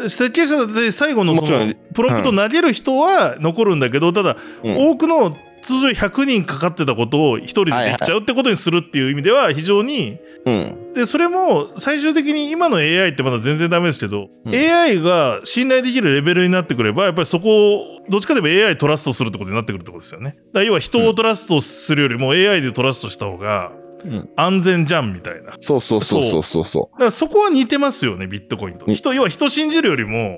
[SPEAKER 1] 設計者だって最後のそ
[SPEAKER 2] もちろ
[SPEAKER 1] の
[SPEAKER 2] ん
[SPEAKER 1] プロンプト投げる人は残るんだけど、ただ
[SPEAKER 2] うん
[SPEAKER 1] 多くの通常100人かかってたことを1人でできちゃうってことにするっていう意味では非常に
[SPEAKER 2] うん。
[SPEAKER 1] でそれも最終的に今の AI ってまだ全然ダメですけど、
[SPEAKER 2] うん
[SPEAKER 1] AI が信頼できるレベルになってくればやっぱりそこをどっちかといえば AI トラストするってことになってくるってことですよねだから要は人をトラストするよりも AI でトラストした方が
[SPEAKER 2] うん
[SPEAKER 1] 安全じゃんみたいなだか
[SPEAKER 2] そうそうそうそうそうそ
[SPEAKER 1] らそこは似てますよねビットコインと
[SPEAKER 2] に
[SPEAKER 1] 人要は人信じるよりも、うん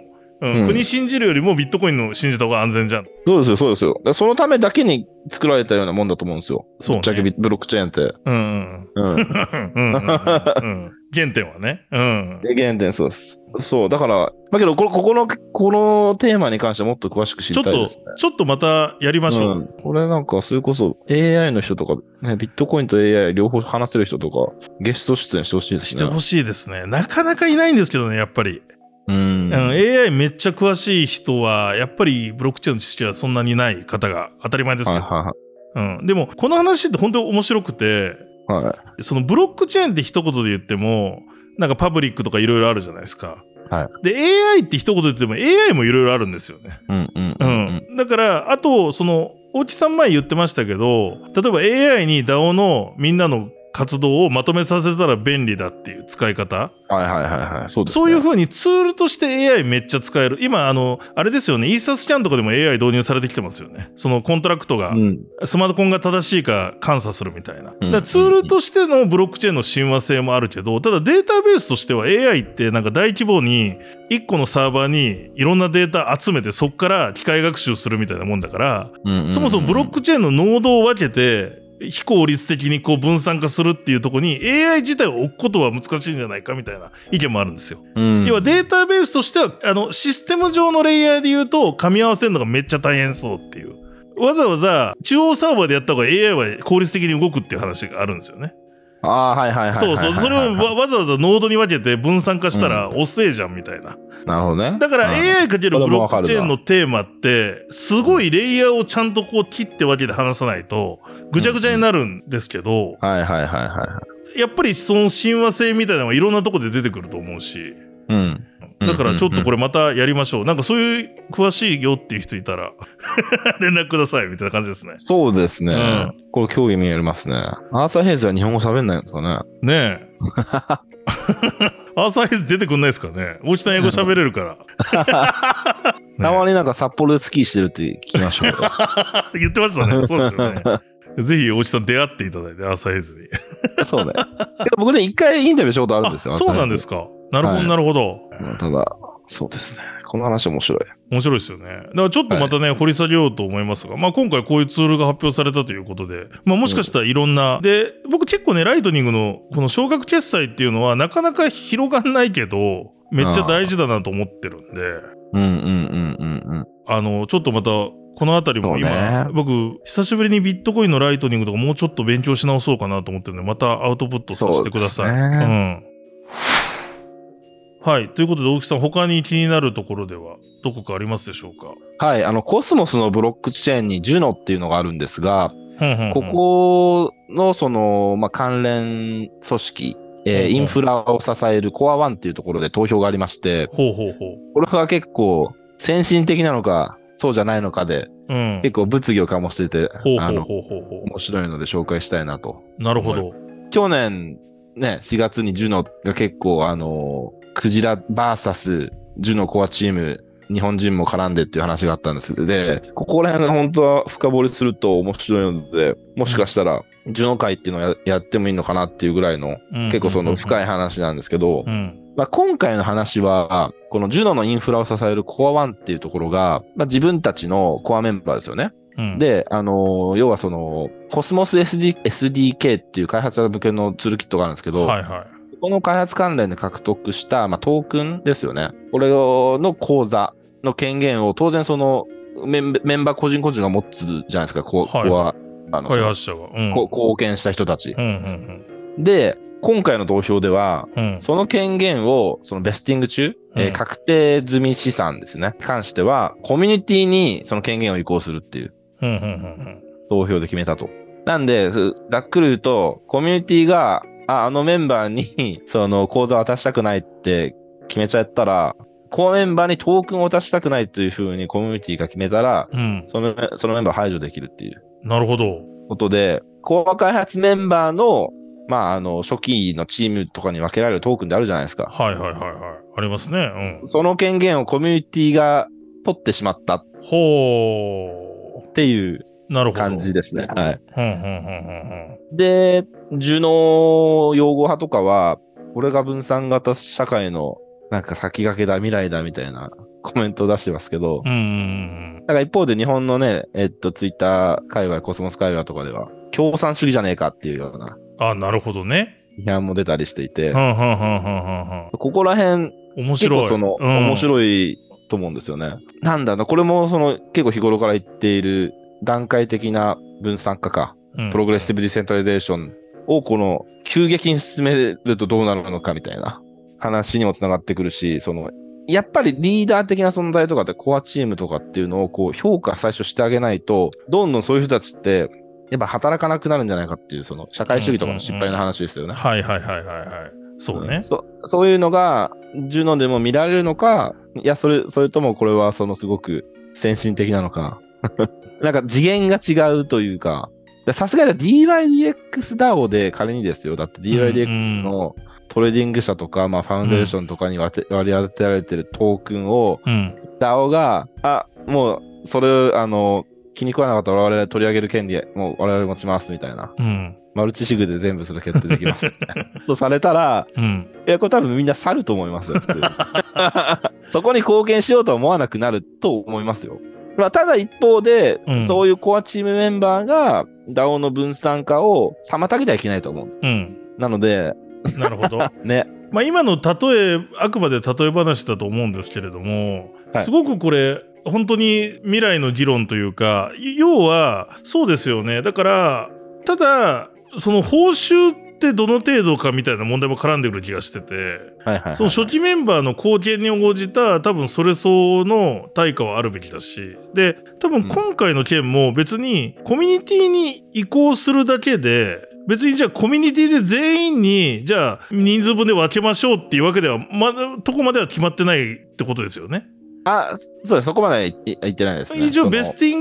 [SPEAKER 2] うん
[SPEAKER 1] 国信じるよりもビットコインの信じた方が安全じゃん
[SPEAKER 2] う。そうですよ、そうですよ。だからそのためだけに作られたようなもんだと思うんですよ。
[SPEAKER 1] そうね
[SPEAKER 2] ぶっちゃけビブロックチェーンって。
[SPEAKER 1] うんうん
[SPEAKER 2] うん。
[SPEAKER 1] うんう んうんうん原点はねうん
[SPEAKER 2] で原点そうです。そう、だから、だけどこれ、ここの、このテーマに関してはもっと詳しく知
[SPEAKER 1] ちょ
[SPEAKER 2] り
[SPEAKER 1] った
[SPEAKER 2] い
[SPEAKER 1] と
[SPEAKER 2] ですね。
[SPEAKER 1] ちょっとまたやりましょう、
[SPEAKER 2] うん、これなんか、それこそ AI の人とか、ね、ビットコインと AI 両方話せる人とか、ゲスト出演してほしいですね。
[SPEAKER 1] してほしいですね。なかなかいないんですけどね、やっぱり。
[SPEAKER 2] うん。
[SPEAKER 1] あの AI めっちゃ詳しい人は、やっぱりブロックチェーンの知識はそんなにない方が当たり前です
[SPEAKER 2] はい
[SPEAKER 1] けど。
[SPEAKER 2] は
[SPEAKER 1] うん、でも、この話って本当に面白くて、
[SPEAKER 2] いはい。はい。
[SPEAKER 1] そのブロックチェーンって一言で言っても、なんかパブリックとかいろいろあるじゃないですか。
[SPEAKER 2] はい
[SPEAKER 1] で、AI って一言で言っても AI もいろいろあるんですよね。
[SPEAKER 2] うんうん
[SPEAKER 1] う
[SPEAKER 2] うん
[SPEAKER 1] んだからあとその大木さん前言ってましたけど例えば AI に DAO のみんなの活動をまとめさせたら便利だっていう使い方
[SPEAKER 2] はいはいはいはい。そうです、ね。
[SPEAKER 1] そういう風にツールとして AI めっちゃ使える今あのあれですよねイーサスキャンとかでも AI 導入されてきてますよねそのコントラクトが、
[SPEAKER 2] うん。
[SPEAKER 1] スマートコンが正しいか監査するみたいな。だか
[SPEAKER 2] う
[SPEAKER 1] ら
[SPEAKER 2] ん
[SPEAKER 1] ツールとしてのブロックチェーンの親和性もあるけど、ただデータベースとしては AI ってなんか大規模に1個のサーバーにいろんなデータ集めてそっから機械学習するみたいなもんだから、
[SPEAKER 2] うんうんうん
[SPEAKER 1] そもそもブロックチェーンの濃度を分けて非効率的にこう分散化するっていうところに AI 自体を置くことは難しいんじゃないかみたいな意見もあるんですよ。
[SPEAKER 2] うん
[SPEAKER 1] 要はデータベースとしてはあのシステム上のレイヤーで言うと噛み合わせるのがめっちゃ大変そうっていうわざわざ中央サーバーでやった方が AI は効率的に動くっていう話があるんですよね
[SPEAKER 2] ああー、はいはいはいはいはい
[SPEAKER 1] そ
[SPEAKER 2] は
[SPEAKER 1] う
[SPEAKER 2] い。
[SPEAKER 1] そうそれをわわざわざノードに分けて分散化したら遅えじゃんみたいな
[SPEAKER 2] なるほどね。
[SPEAKER 1] だから
[SPEAKER 2] うん
[SPEAKER 1] AI かける
[SPEAKER 2] そ
[SPEAKER 1] ブ
[SPEAKER 2] れも
[SPEAKER 1] ロ
[SPEAKER 2] わか
[SPEAKER 1] ッ
[SPEAKER 2] る
[SPEAKER 1] ク
[SPEAKER 2] な
[SPEAKER 1] チェーンのテーマってすごいレイヤーをちゃんとこう切って分けて話さないとぐちゃぐちゃになるんですけど
[SPEAKER 2] はいはいはいはいはい。
[SPEAKER 1] やっぱりその親和性みたいなのはいろんなとこで出てくると思うし
[SPEAKER 2] うん。
[SPEAKER 1] だからちょっとこれまたやりましょう。なんかそういう詳しいよっていう人いたら 連絡くださいみたいな感じですね。
[SPEAKER 2] そうですね。
[SPEAKER 1] うん
[SPEAKER 2] これ興味見えますね。アーサーヘイズは日本語喋んないんですかね。
[SPEAKER 1] ねえ。 アーサーヘイズ出てくんないですかね。大内さん英語喋れるから。
[SPEAKER 2] たまになんか札幌でスキーしてるって聞きましたけど。
[SPEAKER 1] 言ってましたね。そうですよね。ぜひ大内さん出会っていただいて、アーサーヘイズに。
[SPEAKER 2] そうね。けど僕ね、一回インタビューしたことあるんですよ。
[SPEAKER 1] そうなんです
[SPEAKER 2] か。
[SPEAKER 1] か。なるほど、なるほど。
[SPEAKER 2] うんただ、そうですね。この話面白い。
[SPEAKER 1] 面白いですよね。だからちょっとまたね、掘り下げようと思いますが、まあ今回こういうツールが発表されたということで、まあもしかしたらいろんな、で、僕結構ね、ライトニングのこの少額決済っていうのはなかなか広がんないけど、めっちゃ大事だなと思ってるんで、
[SPEAKER 2] うんうんうんうんうん。
[SPEAKER 1] あの、ちょっとまた、このあたりも今、
[SPEAKER 2] そうね
[SPEAKER 1] 僕、久しぶりにビットコインのライトニングとかもうちょっと勉強し直そうかなと思ってるので、またアウトプットさせてください。
[SPEAKER 2] そうです
[SPEAKER 1] うん。はい。ということで、大木さん、他に気になるところでは、どこかありますでしょうか
[SPEAKER 2] はい、あの、コスモスのブロックチェーンにジュノっていうのがあるんですが、ここのその、まあ、関連組織、えー
[SPEAKER 1] うんうん
[SPEAKER 2] インフラを支えるコア1っていうところで投票がありまして、
[SPEAKER 1] ほうほうほ
[SPEAKER 2] これは結構先進的なのか、そうじゃないのかで、
[SPEAKER 1] う。うん。
[SPEAKER 2] 結構物議を醸してて、
[SPEAKER 1] ほうほ
[SPEAKER 2] あ
[SPEAKER 1] う
[SPEAKER 2] の、
[SPEAKER 1] ほうほうほ
[SPEAKER 2] 面白いので紹介したいなと。
[SPEAKER 1] う。なるほど。
[SPEAKER 2] 去年、ね、4月にジュノが結構、あの、クジラバーサスジュノコアチーム、日本人も絡んでっていう話があったんですけど、で、ここら辺本当は深掘りすると面白いので、もしかしたら、ジュノ会っていうのをややってもいいのかなっていうぐらいの、結構その深
[SPEAKER 1] い。
[SPEAKER 2] い話なんですけど
[SPEAKER 1] う、ん。
[SPEAKER 2] まあ、今回の話は、このジュノのインフラを支えるコア1っていうところが、まあ、自分たちのコアメンバーですよね。
[SPEAKER 1] うん、
[SPEAKER 2] で、あのー要はその、コスモス SD SDK っていう開発者向けのツールキットがあるんですけど、
[SPEAKER 1] はいは
[SPEAKER 2] この開発関連で獲得した、まあ、トークンですよね。これの口座の権限を当然そのメンメンバー個人個人が持つじゃないですか、こう、
[SPEAKER 1] はい
[SPEAKER 2] こうあ
[SPEAKER 1] い。
[SPEAKER 2] の
[SPEAKER 1] 開発者が。うん。
[SPEAKER 2] こ貢献した人たち
[SPEAKER 1] う。んうん
[SPEAKER 2] で、今回の投票では、
[SPEAKER 1] うん。うん。
[SPEAKER 2] その権限を、そのベスティング中、えー
[SPEAKER 1] うん
[SPEAKER 2] 確定済み資産ですね、に関しては、コミュニティにその権限を移行するっていう
[SPEAKER 1] うんうんうん
[SPEAKER 2] 投票で決めたと。なんで、すざっくり言うと、コミュニティが、ああのメンバーに、 その、口座を渡したくないって決めちゃったら、コアメンバーにトークンを渡したくないというふうにコミュニティが決めたら、
[SPEAKER 1] うん。うん。
[SPEAKER 2] その、そのメンバーを排除できるっていう
[SPEAKER 1] なるほど。
[SPEAKER 2] ことで、コア開発メンバーの、まあ、あの、初期のチームとかに分けられるトークンであるじゃないですか。
[SPEAKER 1] はいはいはいはい。ありますね。うん。
[SPEAKER 2] その権限をコミュニティが取ってしまったっ
[SPEAKER 1] ほ
[SPEAKER 2] ていう
[SPEAKER 1] う。なるほど。
[SPEAKER 2] 感じですね。はい。
[SPEAKER 1] うんうんうん
[SPEAKER 2] で、ジュノー用語派とかは、これが分散型社会のなんか先駆けだ、未来だみたいなコメントを出してますけど、
[SPEAKER 1] うんうん。うんうん
[SPEAKER 2] なんか一方で日本のね、えっと、ツイッター界隈、コスモス界隈とかでは、共産主義じゃねえかっていうような
[SPEAKER 1] うん。あ、なるほどね。
[SPEAKER 2] 批判も出たりしていて
[SPEAKER 1] うん、うんうんうんうん
[SPEAKER 2] ここら辺
[SPEAKER 1] うん。面
[SPEAKER 2] 結
[SPEAKER 1] 白い。
[SPEAKER 2] 構その、
[SPEAKER 1] うん
[SPEAKER 2] 面白いと思うんですよね。なんだろうな、これもその結構日頃から言っている段階的な分散化か、
[SPEAKER 1] うん
[SPEAKER 2] プログレッシブディセントラリゼーションをこの急激に進めるとどうなるのかみたいな話にもつながってくるし、その、やっぱりリーダー的な存在とかってコアチームとかっていうのをこう評価最初してあげないと、どんどんそういう人たちってやっぱ働かなくなるんじゃないかっていう、その社会主義とかの失敗の話ですよね。
[SPEAKER 1] はいはいはいはいはい。そうね。
[SPEAKER 2] そそういうのがジュノでも見られるのかいやそれそれともこれはそのすごく先進的なのか なんか次元が違うというかださすがに DYDXDAO で仮にですよだって
[SPEAKER 1] うんう
[SPEAKER 2] DYDX
[SPEAKER 1] ん
[SPEAKER 2] のトレーディング社とか、まあ、ファウンデーションとかに割て割り当てられてるトークンを
[SPEAKER 1] うん。
[SPEAKER 2] DAO があもうそれあの気に食わなかったら我々取り上げる権利もう我々持ちますみたいな
[SPEAKER 1] うん。
[SPEAKER 2] マルチシグで全部それ決定できます とされたら
[SPEAKER 1] うん。
[SPEAKER 2] いや、これ多分みんな去ると思いますよ、普 通にそこに貢献しようとは思わなくなると思いますよ。まあ、ただ一方で、
[SPEAKER 1] うん
[SPEAKER 2] そういうコアチームメンバーが DAO の分散化を妨げてはいけないと思う。
[SPEAKER 1] うん。
[SPEAKER 2] なので、
[SPEAKER 1] なるほど。
[SPEAKER 2] ね。
[SPEAKER 1] まあ、今の例えあくまで例え話だと思うんですけれども、
[SPEAKER 2] はい
[SPEAKER 1] すごくこれ本当に未来の議論というかい要はそうですよねだからただその報酬ってどの程度かみたいな問題も絡んでくる気がしてて、
[SPEAKER 2] はいはい、はい。
[SPEAKER 1] その初期メンバーの貢献に応じた多分それ相応の対価はあるべきだしで多分今回の件も別にコミュニティに移行するだけで別にじゃあコミュニティで全員にじゃあ人数分で分けましょうっていうわけではまだとこまでは決まってないってことですよね。
[SPEAKER 2] あ、そうです。そこまではいい言ってないですね。
[SPEAKER 1] 一応ベス
[SPEAKER 2] ト。
[SPEAKER 1] ティン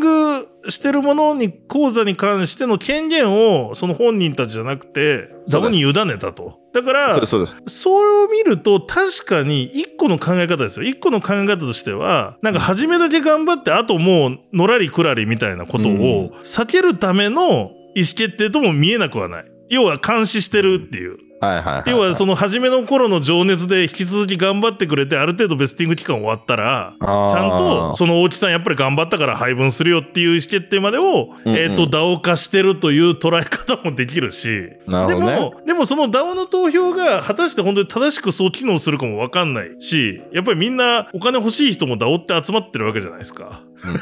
[SPEAKER 1] グしてるものに口座に関しての権限をその本人たちじゃなくてそこに委ねたと。だから
[SPEAKER 2] そうですそうです。
[SPEAKER 1] それを見ると確かに一個の考え方ですよ一個の考え方としてはなんか初めだけ頑張ってあともうのらりくらりみたいなことを避けるための意思決定とも見えなくはない要は監視してるっていう
[SPEAKER 2] はいはいはい、はい。
[SPEAKER 1] 要はその初めの頃の情熱で引き続き頑張ってくれてある程度ベスティング期間終わったら
[SPEAKER 2] あー、
[SPEAKER 1] ちゃんとその大木さんやっぱり頑張ったから配分するよっていう意思決定までを、
[SPEAKER 2] うんうん
[SPEAKER 1] えっと DAO 化してるという捉え方もできるし
[SPEAKER 2] なる
[SPEAKER 1] で
[SPEAKER 2] ほどね。
[SPEAKER 1] も、でもその DAO の投票が果たして本当に正しくそう機能するかもわかんないし、やっぱりみんなお金欲しい人も DAO って集まってるわけじゃないですか。
[SPEAKER 2] う ん
[SPEAKER 1] っ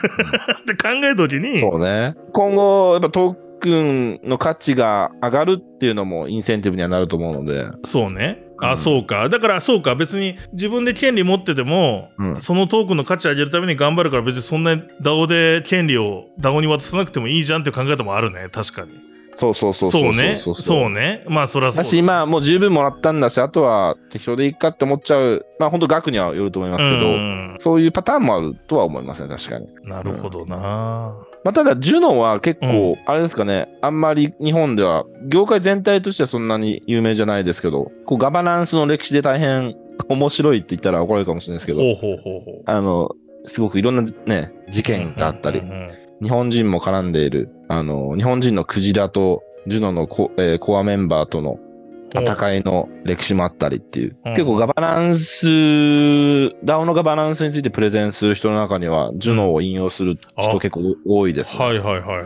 [SPEAKER 1] て考えた時に、
[SPEAKER 2] そうね。今後、やっぱトークンの価値が上がるっていうのもインセンティブにはなると思うので。
[SPEAKER 1] そうね。あ、そうか。だから、そうか。別に自分で権利持ってても、
[SPEAKER 2] うん
[SPEAKER 1] そのトークンの価値上げるために頑張るから、別にそんな DAO で権利を DAO に渡さなくてもいいじゃんっていう考え方もあるね。確かに。
[SPEAKER 2] そうそうそう
[SPEAKER 1] そうね。そう
[SPEAKER 2] ね。
[SPEAKER 1] ね。まあ、そりゃそう
[SPEAKER 2] だ
[SPEAKER 1] だ
[SPEAKER 2] し、まあ、もう十分もらったんだし、あとは適当でいいかって思っちゃう。まあ、本当額にはよると思いますけど、
[SPEAKER 1] うん
[SPEAKER 2] そういうパターンもあるとは思いますね、確かに。
[SPEAKER 1] なるほどな。
[SPEAKER 2] まあ、ただ、ジュノは結構、あれですかね、あんまり日本では、業界全体としてはそんなに有名じゃないですけど、こうガバナンスの歴史で大変面白いって言ったら怒られるかもしれないですけど、
[SPEAKER 1] ほうほうほうほう。
[SPEAKER 2] あの、すごくいろんなね、事件があったり
[SPEAKER 1] うんう、んうんうん
[SPEAKER 2] 日本人も絡んでいる、あの、日本人のクジラと、ジュノのコ,、えーコアメンバーとの戦いの歴史もあったりっていう、
[SPEAKER 1] うん
[SPEAKER 2] 結構ガバナンス、DAO のガバナンスについてプレゼンする人の中には、ジュノを引用する
[SPEAKER 1] あ
[SPEAKER 2] 人結構多いです、
[SPEAKER 1] はいはいはいはい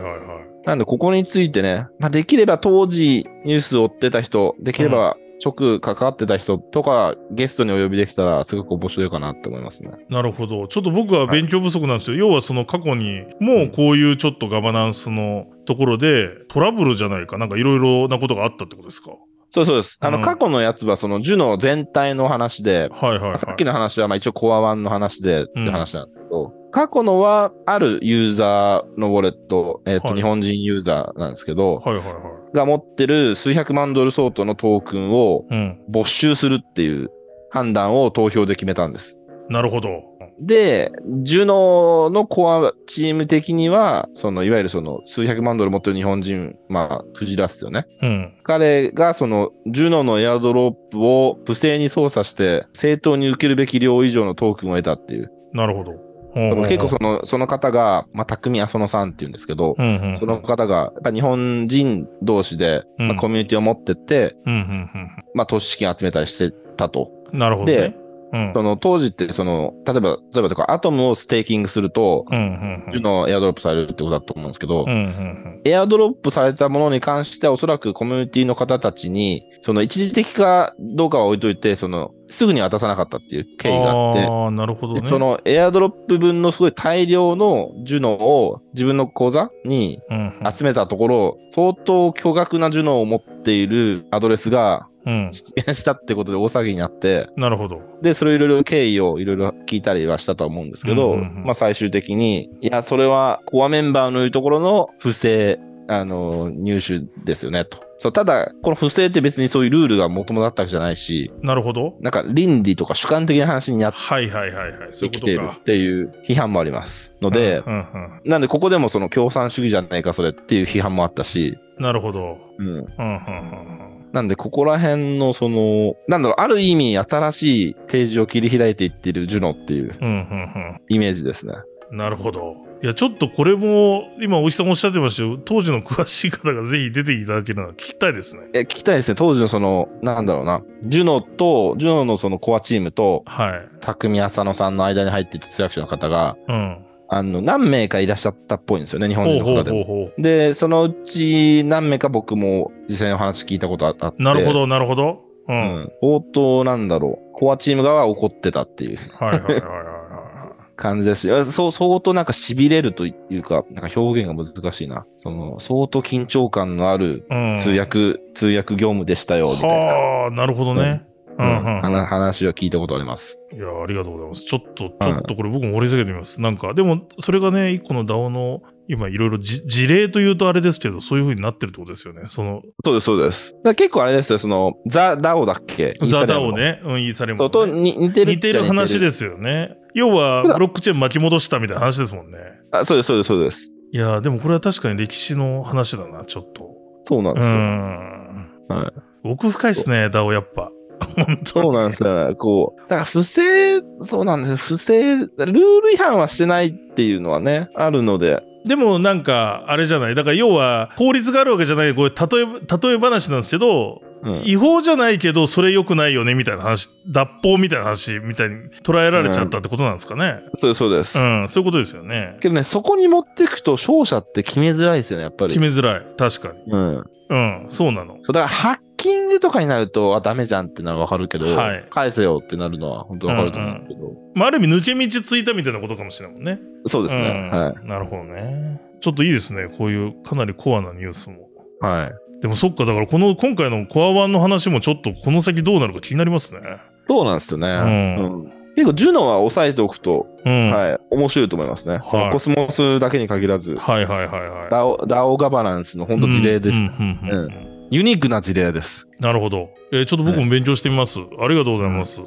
[SPEAKER 1] はい。
[SPEAKER 2] なんで、ここについてね、まあ、できれば当時ニュースを追ってた人、できれば直関わってた人とか、ゲストにお呼びできたら、すごく面白いかなって思いますね。
[SPEAKER 1] なるほど。ちょっと僕は勉強不足なんですよ。要はその過去に、もうこういうちょっとガバナンスのところで、トラブルじゃないか、なんかいろいろなことがあったってことですか。
[SPEAKER 2] そうそうです。あの、
[SPEAKER 1] うん
[SPEAKER 2] 過去のやつは、そのジュノ全体の話で、
[SPEAKER 1] はいはい、は
[SPEAKER 2] まあ
[SPEAKER 1] い。
[SPEAKER 2] さっきの話は、まあ一応コアワンの話で、って
[SPEAKER 1] うん
[SPEAKER 2] 話なんですけど、過去のは、あるユーザーのウォレット、えっ、と、
[SPEAKER 1] はい
[SPEAKER 2] 日本人ユーザーなんですけど、
[SPEAKER 1] はいはいはい。
[SPEAKER 2] が持ってる数百万ドル相当のトークンを
[SPEAKER 1] うん。
[SPEAKER 2] 没収するっていう判断を投票で決めたんです。
[SPEAKER 1] なるほど。
[SPEAKER 2] で、ジュノのコアチーム的には、そのいわゆるその数百万ドル持ってる日本人、まあ、クジラっすよね。
[SPEAKER 1] うん。
[SPEAKER 2] 彼がそのジュノのエアドロップを不正に操作して、正当に受けるべき量以上のトークンを得たっていう。
[SPEAKER 1] なるほど。
[SPEAKER 2] だから結構
[SPEAKER 1] そ
[SPEAKER 2] そのその方が、まあ、匠浅野さんっていうんですけど、
[SPEAKER 1] うんうん、
[SPEAKER 2] その方が、やっぱ日本人同士で、
[SPEAKER 1] うん
[SPEAKER 2] まあ、コミュニティを持ってって、
[SPEAKER 1] うんうんうん
[SPEAKER 2] まあ、投資資金集めたりしてたと。
[SPEAKER 1] うん。なるほど、ね。うん。
[SPEAKER 2] その当時って、その、例えば、例えばとか、アトムをステーキングすると、
[SPEAKER 1] うんうんうん。
[SPEAKER 2] ジュノをエアドロップされるってことだと思うんですけど、
[SPEAKER 1] うんうん
[SPEAKER 2] エアドロップされたものに関しては、おそらくコミュニティの方たちに、その一時的かどうかは置いといて、その、すぐに渡さなかったっていう経
[SPEAKER 1] うん。
[SPEAKER 2] 緯があって、
[SPEAKER 1] ああ、なるほどね。
[SPEAKER 2] そ、のエアドロップ分のすごい大量のジュノを自分の口座に
[SPEAKER 1] うんうん、
[SPEAKER 2] 集めたところ、相当巨額なジュノを持っているアドレスが
[SPEAKER 1] うん。
[SPEAKER 2] 実現したってことで大騒ぎになって、
[SPEAKER 1] なるほど。
[SPEAKER 2] で、それいろいろ経緯をいろいろ聞いたりはしたとは思うんですけど、
[SPEAKER 1] うんうんうん
[SPEAKER 2] まあ最終的に、いや、それはコアメンバーのいうところの不正、あの、入手ですよね、と。そう、ただ、この不正って別にそういうルールが元々あったわけじゃないし、
[SPEAKER 1] なるほど。
[SPEAKER 2] なんか倫理とか主観的な話になっ
[SPEAKER 1] はいはいはいはい。そう
[SPEAKER 2] て
[SPEAKER 1] いうこ
[SPEAKER 2] き
[SPEAKER 1] と
[SPEAKER 2] ている
[SPEAKER 1] か
[SPEAKER 2] っ。ていう批判もあります。ので、
[SPEAKER 1] うんうん
[SPEAKER 2] なんでここでもその共産主義じゃないか、それっていう批判もあったし、
[SPEAKER 1] うん、なるほど。
[SPEAKER 2] うん。
[SPEAKER 1] うんうんうんうん。
[SPEAKER 2] なんで、ここら辺の、その、なんだろう、ある意味、新しいページを切り開いていってるジュノっていう
[SPEAKER 1] うんうん
[SPEAKER 2] イメージですね。
[SPEAKER 1] うん。なるほど。いや、ちょっとこれも、今、大木さんもおっしゃってましたよ。当時の詳しい方がぜひ出ていただけるのは聞きたいですね。
[SPEAKER 2] え、聞きたいですね。当時のその、なんだろうな、ジュノと、ジュノのそのコアチームと、
[SPEAKER 1] はい。
[SPEAKER 2] 匠浅野さんの間に入っていた通訳者の方が、
[SPEAKER 1] うん。
[SPEAKER 2] あの、何名かいらっしゃったっぽいんですよね、日本
[SPEAKER 1] ほう
[SPEAKER 2] 人の
[SPEAKER 1] ほう
[SPEAKER 2] 方で
[SPEAKER 1] ほう
[SPEAKER 2] も。
[SPEAKER 1] ほ
[SPEAKER 2] で、そのうち何名か僕も実際にお話聞いたことあって。
[SPEAKER 1] う。なるほ。ど、なるほど。う。
[SPEAKER 2] うんん。応答なんだろう。コアチーム側は怒ってたっていう
[SPEAKER 1] はいはいはいはいは
[SPEAKER 2] 感じですし、そう、相当なんか痺れるというか、なんか表現が難しいな。その、相当緊張感のある
[SPEAKER 1] いはい。うん。
[SPEAKER 2] 通訳、通訳業務でしたよ、みたいな。
[SPEAKER 1] はあ、なるほどね。う
[SPEAKER 2] うん
[SPEAKER 1] んうん。
[SPEAKER 2] 話話は聞いたことあります。
[SPEAKER 1] いや、ありがとうございます。ちょっと、ちょっとこれ僕も掘り下げてみます。なんか、でも、それがね、一個の DAO の、今いろいろじ事例というとあれですけど、そういう風になってるってことですよね。その、
[SPEAKER 2] そうです、そうです。だから結構あれですよ、その、ザ・ダオだっけ
[SPEAKER 1] ザ・ダオ。
[SPEAKER 2] インスタグラムの
[SPEAKER 1] ね、うん、イーサリアム
[SPEAKER 2] そ
[SPEAKER 1] の
[SPEAKER 2] う、と
[SPEAKER 1] ね
[SPEAKER 2] に似てるっ
[SPEAKER 1] 似てる話ですよね。要は、
[SPEAKER 2] ただ
[SPEAKER 1] ブロックチェーン巻き戻したみたいな話ですもんね。
[SPEAKER 2] あ。そうです、そうです、そうです。
[SPEAKER 1] いやー、でもこれは確かに歴史の話だな、ちょっと。
[SPEAKER 2] そうなん
[SPEAKER 1] う
[SPEAKER 2] ですよ。
[SPEAKER 1] ん。
[SPEAKER 2] はい
[SPEAKER 1] 奥深いですね、ダオやっぱ。本当
[SPEAKER 2] そうなんですよ。こう、だから不正、そうなんですよ。不正、ルール違反はしてないっていうのはね、あるので。
[SPEAKER 1] でもなんか、あれじゃない。だから要は、法律があるわけじゃない。これ、例え、例え話なんですけど、
[SPEAKER 2] うん
[SPEAKER 1] 違法じゃないけど、それ良くないよね、みたいな話、脱法みたいな話、みたいに捉えられちゃったってことなんですかね。
[SPEAKER 2] そうです、そうです。
[SPEAKER 1] うん、そういうことですよね。
[SPEAKER 2] けどね、そこに持ってくと勝者って決めづらいですよね、やっぱり。
[SPEAKER 1] 決めづらい。確かに。
[SPEAKER 2] うん。
[SPEAKER 1] うん、そうなの。
[SPEAKER 2] そう、だからハッキングとかになると、あ、ダメじゃんってのはわかるけど、
[SPEAKER 1] はい
[SPEAKER 2] 返せよってなるのは本当わかると思うんですけど。
[SPEAKER 1] まあ、ある意味、抜け道ついたみたいなことかもしれないもんね。
[SPEAKER 2] そうですね。
[SPEAKER 1] うん
[SPEAKER 2] はい。
[SPEAKER 1] なるほどね。ちょっといいですね。こういうかなりコアなニュースも。
[SPEAKER 2] はい。
[SPEAKER 1] でもそっか、だからこの今回のコア版の話もちょっとこの先どうなるか気になりますね。
[SPEAKER 2] そうなんですよね。
[SPEAKER 1] うん
[SPEAKER 2] うん結構、ジュノは押さえておくと、
[SPEAKER 1] うん。はい、
[SPEAKER 2] はい、面白いと思いますね。そのコスモスだけに限らず、
[SPEAKER 1] はいはいはいはい
[SPEAKER 2] ダオダオガバナンスの本当事例です、
[SPEAKER 1] うんうんうんうん
[SPEAKER 2] ユニークな事例です。
[SPEAKER 1] なるほど。えーちょっと僕も勉強してみます。ありがとうございます。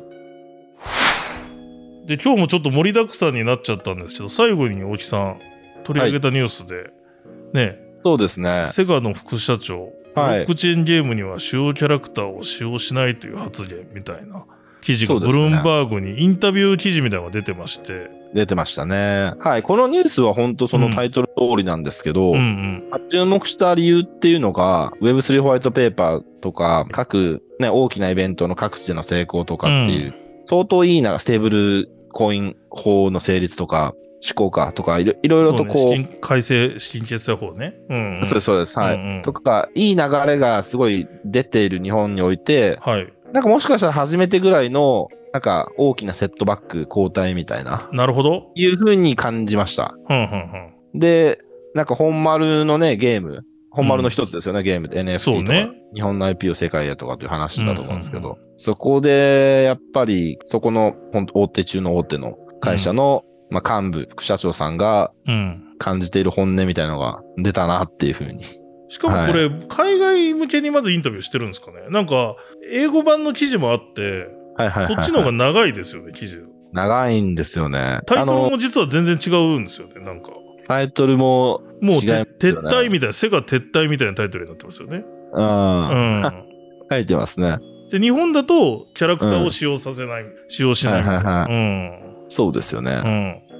[SPEAKER 1] で、今日もちょっと盛りだくさんになっちゃったんですけど、最後に大木さん、取り上げたニュースで、ね、
[SPEAKER 2] そうですね。
[SPEAKER 1] セガの副社長、
[SPEAKER 2] はい
[SPEAKER 1] ブロックチェーンゲームには主要キャラクターを使用しないという発言みたいな記事が、
[SPEAKER 2] そうで
[SPEAKER 1] ブ
[SPEAKER 2] すね
[SPEAKER 1] ルームバーグにインタビュー記事みたいなのが出てまして、
[SPEAKER 2] 出てましたね。はい。このニュースは本当そのタイトル通りなんですけど、
[SPEAKER 1] うんうん、
[SPEAKER 2] まあ注目した理由っていうのが、Web3 ホワイトペーパーとか、各、ね、大きなイベントの各地での成功とかっていう、相当いいな、ステーブルコイン法の成立とか、施行かとか、いろいろいろ
[SPEAKER 1] そ
[SPEAKER 2] と
[SPEAKER 1] うね、
[SPEAKER 2] こ
[SPEAKER 1] 資
[SPEAKER 2] う、
[SPEAKER 1] 金改正資金決済法ね。うん、うん。
[SPEAKER 2] そうです、そうです。はい。
[SPEAKER 1] うんうん
[SPEAKER 2] とか、いい流れがすごい出ている日本において、
[SPEAKER 1] はい。
[SPEAKER 2] なんかもしかしたら初めてぐらいの、なんか大きなセットバック、交代みたいな、
[SPEAKER 1] なるほど。
[SPEAKER 2] いうふうに感じました。
[SPEAKER 1] うんうん
[SPEAKER 2] で、なんか本丸のね、ゲーム、本丸の一つですよね、ゲームで
[SPEAKER 1] そう
[SPEAKER 2] NFT とか、
[SPEAKER 1] ね
[SPEAKER 2] 日本の IP を世界へとかという話だと思うんですけ
[SPEAKER 1] う
[SPEAKER 2] ど、
[SPEAKER 1] ん
[SPEAKER 2] そこで、やっぱり、そこの、ほんと大手中の大手の会社の、まあ、幹部、副社長さんが
[SPEAKER 1] うん。うん。
[SPEAKER 2] 感じている本音みたいのが出たなっていうふうに。
[SPEAKER 1] しかもこれ、海外向けにまずインタビューしてるんですかねなんか、英語版の記事もあって、
[SPEAKER 2] はいはいはい、
[SPEAKER 1] そっちの方が長いですよね、記事。
[SPEAKER 2] 長いんですよね。
[SPEAKER 1] タイトル
[SPEAKER 2] あの
[SPEAKER 1] も実は全然違うんですよね、なんか。
[SPEAKER 2] タイトルも、
[SPEAKER 1] もう
[SPEAKER 2] 違いますよね
[SPEAKER 1] て、撤退みたいな、世界撤退みたいなタイトルになってますよね。
[SPEAKER 2] うん、
[SPEAKER 1] うん。
[SPEAKER 2] 書いてますね。
[SPEAKER 1] で、日本だと、キャラクターを使用させない、使用しないみたい
[SPEAKER 2] はい
[SPEAKER 1] な。
[SPEAKER 2] は
[SPEAKER 1] うん。
[SPEAKER 2] そうですよ
[SPEAKER 1] う
[SPEAKER 2] ね。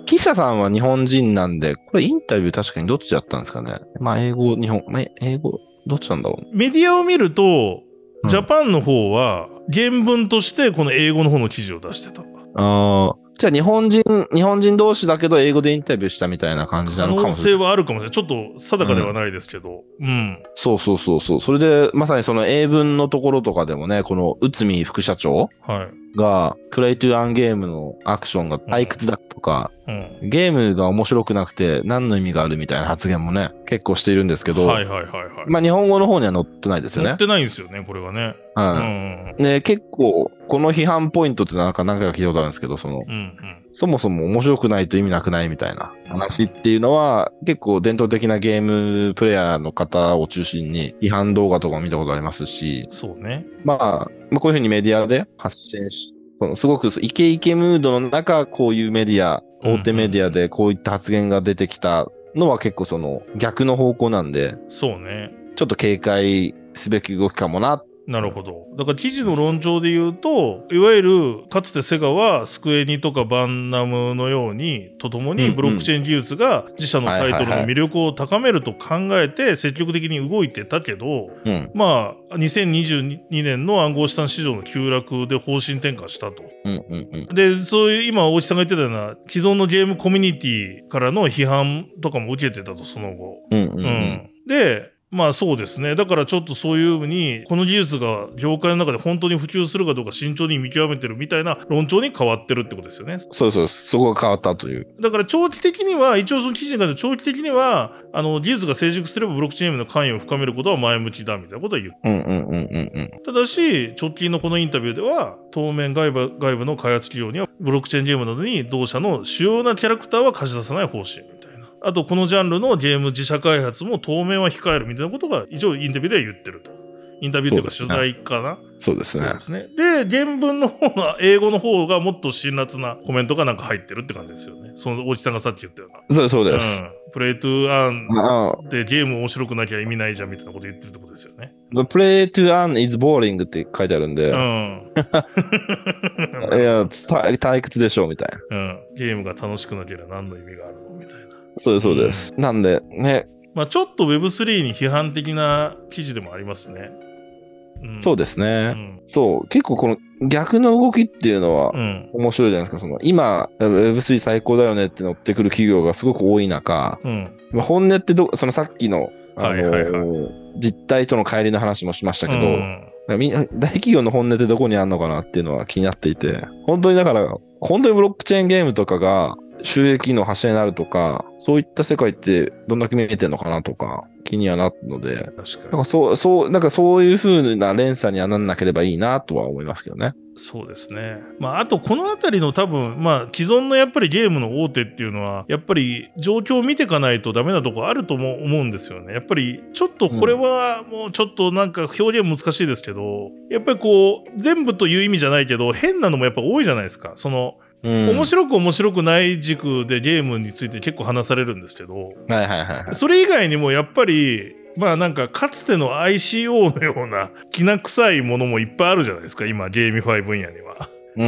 [SPEAKER 1] ん。
[SPEAKER 2] 記者さんは日本人なんで、これインタビュー確かにどっちだったんですかね。まあ、英語、日本、まあ、英語、どっちなんだろう。
[SPEAKER 1] メディアを見ると、
[SPEAKER 2] うん
[SPEAKER 1] ジャパンの方は、原文として、この英語の方の記事を出してた。
[SPEAKER 2] あーじゃあ日本人、日本人同士だけど英語でインタビューしたみたいな感じな
[SPEAKER 1] 可
[SPEAKER 2] のか
[SPEAKER 1] 能
[SPEAKER 2] もし
[SPEAKER 1] 性
[SPEAKER 2] れない。
[SPEAKER 1] はあるかもしれない。ちょっと定かではないですけど。うん。
[SPEAKER 2] そうそうそうそう。それで、まさにその英文のところとかでもね、この内海副社長
[SPEAKER 1] はい。
[SPEAKER 2] が、クレイトゥアンゲームのアクションが退屈だとか、
[SPEAKER 1] うん。
[SPEAKER 2] ゲームが面白くなくて何の意味があるみたいな発言もね、結構しているんですけど、
[SPEAKER 1] はいはいはいはい。
[SPEAKER 2] まあ日本語の方には載ってないですよ
[SPEAKER 1] 乗
[SPEAKER 2] ね
[SPEAKER 1] っ。てないんですよね、これはね。
[SPEAKER 2] う。
[SPEAKER 1] うんん。
[SPEAKER 2] で、結構、この批判ポイントってなんか何回か聞いたことあるんですけど、その、
[SPEAKER 1] うんうん。
[SPEAKER 2] そもそも面白くないと意味なくないみたいな話っていうのは、結構伝統的なゲームプレイヤーの方を中心に批判動画とかも見たことありますし、
[SPEAKER 1] そうね。
[SPEAKER 2] まあ、まあ、こういうふうにメディアで発信し、このすごくイケイケムードの中、こういうメディア、
[SPEAKER 1] うん
[SPEAKER 2] 大手メディアでこういった発言が出てきたのは結構その逆の方向なんで、
[SPEAKER 1] そうね。
[SPEAKER 2] ちょっと警戒すべき動きかもな。
[SPEAKER 1] なるほど。だから記事の論調で言うと、いわゆるかつてセガはスクエニとかバンナムのように、ととも
[SPEAKER 2] うん
[SPEAKER 1] に
[SPEAKER 2] うん
[SPEAKER 1] ブロックチェーン技術が自社のタイトルの魅力を高めると考えて積極的に動いてたけど、
[SPEAKER 2] うん、
[SPEAKER 1] まあ、2022年の暗号資産市場の急落で方針転換したと。
[SPEAKER 2] うん、うん、うん。
[SPEAKER 1] で、そういう、今、大木さんが言ってたような、既存のゲームコミュニティからの批判とかも受けてたと、その後。
[SPEAKER 2] うん、う
[SPEAKER 1] うん
[SPEAKER 2] うん。
[SPEAKER 1] で、まあそうですね。だからちょっとそういうふうに、この技術が業界の中で本当に普及するかどうか慎重に見極めてるみたいな論調に変わってるってことですよね。
[SPEAKER 2] そうそう、そこが変わったという。
[SPEAKER 1] だから長期的には、一応その記事の中で長期的には、あの、技術が成熟すればブロックチェーンへの関与を深めることは前向きだみたいなことは言う。
[SPEAKER 2] うん、うん、うん、うん、うん。
[SPEAKER 1] ただし、直近のこのインタビューでは、当面外部外部の開発企業には、ブロックチェーンゲームなどに同社の主要なキャラクターは貸し出さない方針みたいな。あと、このジャンルのゲーム自社開発も当面は控えるみたいなことが、一応インタビューでは言ってると。インタビューというか
[SPEAKER 2] そう
[SPEAKER 1] 取
[SPEAKER 2] です
[SPEAKER 1] 材
[SPEAKER 2] ね
[SPEAKER 1] かな
[SPEAKER 2] そうですね。
[SPEAKER 1] そうですね。で、原文の方が、英語の方がもっと辛辣なコメントがなんか入ってるって感じですよね。その大木さんがさっき言ったような。
[SPEAKER 2] そうそう
[SPEAKER 1] う
[SPEAKER 2] です。
[SPEAKER 1] ん。プレイトゥーアン
[SPEAKER 2] あ
[SPEAKER 1] でゲーム面白くなきゃ意味ないじゃんみたいなこと言ってるってことですよね。
[SPEAKER 2] The play to earn is boring って書いてあるんで、
[SPEAKER 1] うん。
[SPEAKER 2] いや、た退屈でしょ、みたいな。
[SPEAKER 1] うん、ゲームが楽しくなければ何の意味があるのみたいな。
[SPEAKER 2] そうです、そうです。なんで、ね、
[SPEAKER 1] まあちょっと Web3 に批判的な記事でもありますね。うん、
[SPEAKER 2] そう
[SPEAKER 1] で
[SPEAKER 2] です
[SPEAKER 1] す
[SPEAKER 2] ね。
[SPEAKER 1] ね。
[SPEAKER 2] そう、結構この逆の動きっていうのは
[SPEAKER 1] うん。うん。
[SPEAKER 2] 面白いじゃないですか。その今、Web3 最高だよねって乗ってくる企業がすごく多い中、
[SPEAKER 1] うん。
[SPEAKER 2] まあ本音ってど、そのさっきの、あの
[SPEAKER 1] はいはいは
[SPEAKER 2] 実態との乖離の話もしましたけど、
[SPEAKER 1] うん
[SPEAKER 2] みんな大企業の本音ってどこにあるのかなっていうのは気になっていて、本当にだから、本当にブロックチェーンゲームとかが収益の柱になるとか、そういった世界ってどんだけ見えてるのかなとか、気にはなったので、
[SPEAKER 1] 確か
[SPEAKER 2] な
[SPEAKER 1] に
[SPEAKER 2] んかそう、そう、なんかそういう風な連鎖にはなんなければいいなとは思いますけどね。
[SPEAKER 1] そうですねまああとこの辺りの多分まあ既存のやっぱりゲームの大手っていうのはやっぱり状況を見ていかないとダメなとこあるとも思うんですよねやっぱりちょっとこれはもうちょっとなんか表現難しいですけどやっぱりこう全部という意味じゃないけど変なのもやっぱ多いじゃないですかその
[SPEAKER 2] うん
[SPEAKER 1] 面白く面白くない軸でゲームについて結構話されるんですけど
[SPEAKER 2] はいはいはいはい。
[SPEAKER 1] それ以外にもやっぱりまあなんかかつての ICO のようなきな臭いものもいっぱいあるじゃないですか今ゲーミファイ分野には、
[SPEAKER 2] う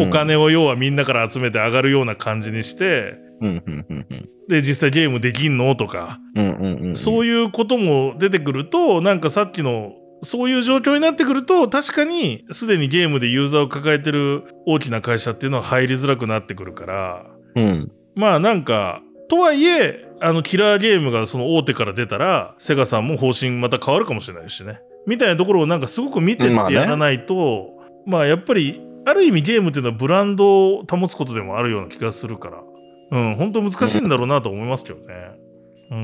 [SPEAKER 2] ん
[SPEAKER 1] お。金を要はみんなから集めて上がるような感じにして
[SPEAKER 2] うんうんうんうん。
[SPEAKER 1] で実際ゲームできんのとか、
[SPEAKER 2] うんうんうん。
[SPEAKER 1] そう
[SPEAKER 2] い
[SPEAKER 1] いうことも出てくるとなんかさっきのそういう状況になってくると確かにすでにゲームでユーザーを抱えてる大きな会社っていうのは入りづらくなってくるから
[SPEAKER 2] うん。うん。
[SPEAKER 1] まあなんか、とはいえ、あのキラーゲームがその大手から出たら、セガさんも方針また変わるかもしれないしね。みたいなところをなんかすごく見てって
[SPEAKER 2] まあね
[SPEAKER 1] やらないと、まあやっぱり、ある意味ゲームっていうのはブランドを保つことでもあるような気がするから、うん、本当難しいんだろうなと思いますけどね。うん。
[SPEAKER 2] う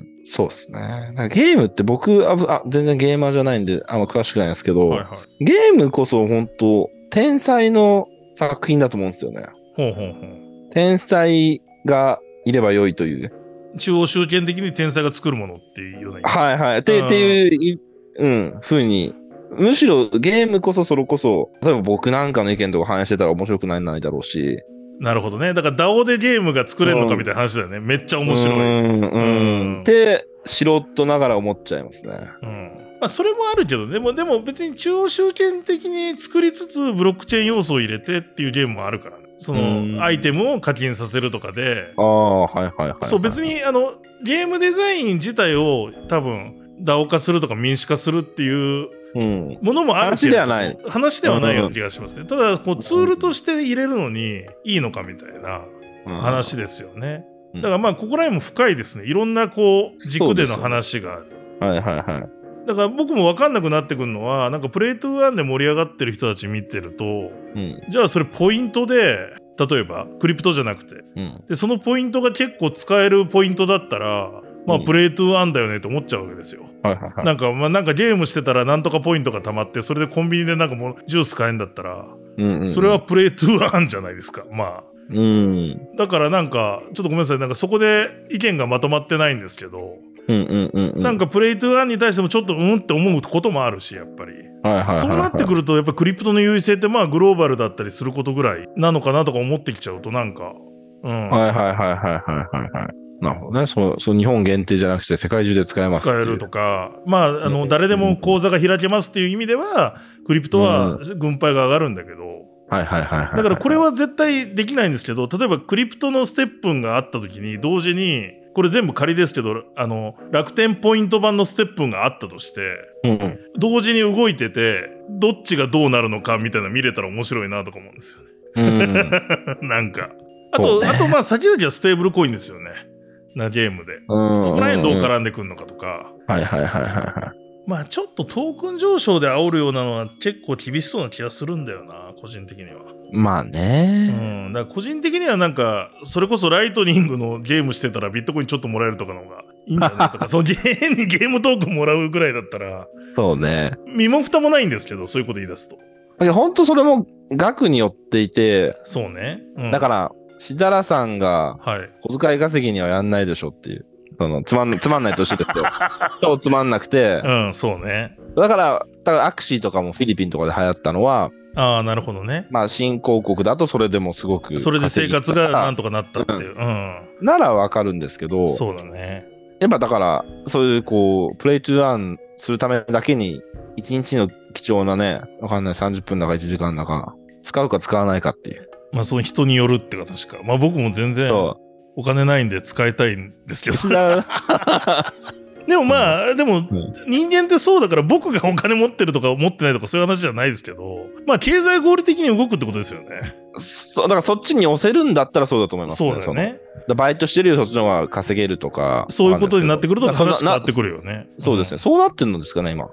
[SPEAKER 2] ん。そうですね。なんかゲームって僕、あぶあ、全然ゲーマーじゃないんで、あんま詳しくないんですけど、
[SPEAKER 1] はいはい。
[SPEAKER 2] ゲームこそ本当天才の作品だと思うんですよね。
[SPEAKER 1] ほうほうほ
[SPEAKER 2] 天才がいれば良いという。
[SPEAKER 1] う。中央集権的に天才が作るものっていうような。
[SPEAKER 2] はいはい。って
[SPEAKER 1] うん
[SPEAKER 2] っていう、いうん、ふうに。むしろゲームこそそれこそ、例えば僕なんかの意見とか反映してたら面白くないないだろうし。
[SPEAKER 1] なるほどね。だから DAO でゲームが作れるのかみたいな話だよね。めっちゃ面白い。
[SPEAKER 2] うん、
[SPEAKER 1] うん
[SPEAKER 2] うん。って、素人ながら思っちゃいますね。
[SPEAKER 1] うんまあ、それもあるけどねでもでも別に中央集権的に作りつつブロックチェーン要素を入れてっていうゲームもあるからねそ
[SPEAKER 2] うん
[SPEAKER 1] のアイテムを課金させるとかで
[SPEAKER 2] ああ、はいはいはい、はい。
[SPEAKER 1] そう別にあのゲームデザイン自体を多分 DAO 化するとか民主化するっていう
[SPEAKER 2] うん。
[SPEAKER 1] ものもあるけれど
[SPEAKER 2] 話ではない
[SPEAKER 1] 話ではないような気がしますねただこうツールとして入れるのにいいのかみたいな話ですよね
[SPEAKER 2] うん
[SPEAKER 1] だからまあここら辺も深いですねいろんなこう軸での話が
[SPEAKER 2] はいはいはい。
[SPEAKER 1] だから僕も分かんなくなってくるのはなんかプレイトゥーアンで盛り上がってる人たち見てると
[SPEAKER 2] うん。
[SPEAKER 1] じゃあそれポイントで例えばクリプトじゃなくて
[SPEAKER 2] うん。
[SPEAKER 1] でそのポイントが結構使えるポイントだったらまあ
[SPEAKER 2] うん
[SPEAKER 1] プレイトゥーアンだよねって思っちゃうわけですよ。
[SPEAKER 2] はいはいはい。
[SPEAKER 1] なんか、まあ、なんかゲームしてたらなんとかポイントが溜まってそれでコンビニでなんかもうジュース買えんだったら
[SPEAKER 2] うんうんうん
[SPEAKER 1] それは、プレイトゥーアンじゃないですか。まあ
[SPEAKER 2] うん。
[SPEAKER 1] だからなんかちょっとごめんなさいなんかそこで意見がまとまってないんですけど、
[SPEAKER 2] うんうんうんうん。
[SPEAKER 1] なんかプレイトゥーアンに対してもちょっとうんって思うこともあるしやっぱり。
[SPEAKER 2] はいはいはいはい、
[SPEAKER 1] そうなってくるとやっぱクリプトの優位性ってまあグローバルだったりすることぐらいなのかなとか思ってきちゃうとなんか、うん
[SPEAKER 2] はいはいはいはいはいはいはい。なるほどね。そう、そう日本限定じゃなくて世界中で使えますって
[SPEAKER 1] 使
[SPEAKER 2] いう。
[SPEAKER 1] えるとかまああ
[SPEAKER 2] う
[SPEAKER 1] の
[SPEAKER 2] ん
[SPEAKER 1] 誰でも口座が開けますっていう意味ではクリプトは軍配が上がるんだけど
[SPEAKER 2] はいはいはいはいはい。
[SPEAKER 1] だからこれは絶対できないんですけど例えばクリプトのステップンがあった時に同時にこれ全部仮ですけどあの楽天ポイント版のステップンがあったとして
[SPEAKER 2] うんうん、
[SPEAKER 1] 同時に動いててどっちがどうなるのかみたいなの見れたら面白いなとか思うんですよね
[SPEAKER 2] う ん。
[SPEAKER 1] なんか。あ
[SPEAKER 2] そう
[SPEAKER 1] と、
[SPEAKER 2] ね
[SPEAKER 1] あとまあ先々はステーブルコインですよね。なゲームで。
[SPEAKER 2] うん
[SPEAKER 1] そこら辺どう
[SPEAKER 2] ら
[SPEAKER 1] 絡んでくるのかとか。
[SPEAKER 2] はいはいはいはいは
[SPEAKER 1] まあちょっとトークン上昇で煽るようなのは結構厳しそうな気がするんだよな、個人的には。
[SPEAKER 2] い。まあ
[SPEAKER 1] う
[SPEAKER 2] ね。
[SPEAKER 1] ん。だから個人的にはなんか、それこそライトニングのゲームしてたらビットコインちょっともらえるとかの方がいいんじゃないと か、そのゲームゲームトークンもらうぐらいだったら、
[SPEAKER 2] そうね。
[SPEAKER 1] 身も蓋もないんですけど、そういうこと言い出すと。
[SPEAKER 2] だけど本当それも額によっていて、
[SPEAKER 1] そうね。うん、
[SPEAKER 2] だから、しだらさんが
[SPEAKER 1] ら、はい。
[SPEAKER 2] 小遣い稼ぎにはやんないでしょっていう。そのつまんつまんない年 ですよ。超つまんなくて。
[SPEAKER 1] うん、そうね。
[SPEAKER 2] だから、だからアクシーとかもフィリピンとかで流行ったのは、
[SPEAKER 1] ああ、なるほどね。
[SPEAKER 2] まあ新興国だとそれでもすごく。
[SPEAKER 1] それで生活がなん
[SPEAKER 2] と。
[SPEAKER 1] とかなったっていう。うん。
[SPEAKER 2] ならわかるんですけど、
[SPEAKER 1] そうだね。
[SPEAKER 2] やっぱだから、そういうこう、プレイトゥーアンするためだけに、一日の貴重なね、わかんない30分だか1時間だか、使うか使わないかっていう。
[SPEAKER 1] まあ、その人によるって形か。まあ、僕も全然
[SPEAKER 2] そ
[SPEAKER 1] お金ないんで使いたいんですけ
[SPEAKER 2] う。
[SPEAKER 1] ど。
[SPEAKER 2] 失う。
[SPEAKER 1] でもまあ、でも
[SPEAKER 2] ん
[SPEAKER 1] 人間ってそうだから僕がお金持ってるとか持ってないとかそういう話じゃないですけど、まあ経済合理的に動くってことですよね。
[SPEAKER 2] そうだからそっちに押せるんだったらそうだと思います、
[SPEAKER 1] そうだよね。
[SPEAKER 2] そのだバイトしてるよりそっちの方が稼げるとか。
[SPEAKER 1] そういうことになってくると
[SPEAKER 2] そんな
[SPEAKER 1] 話変わってくるよね。
[SPEAKER 2] そうですね。そうなってるんですかね、今。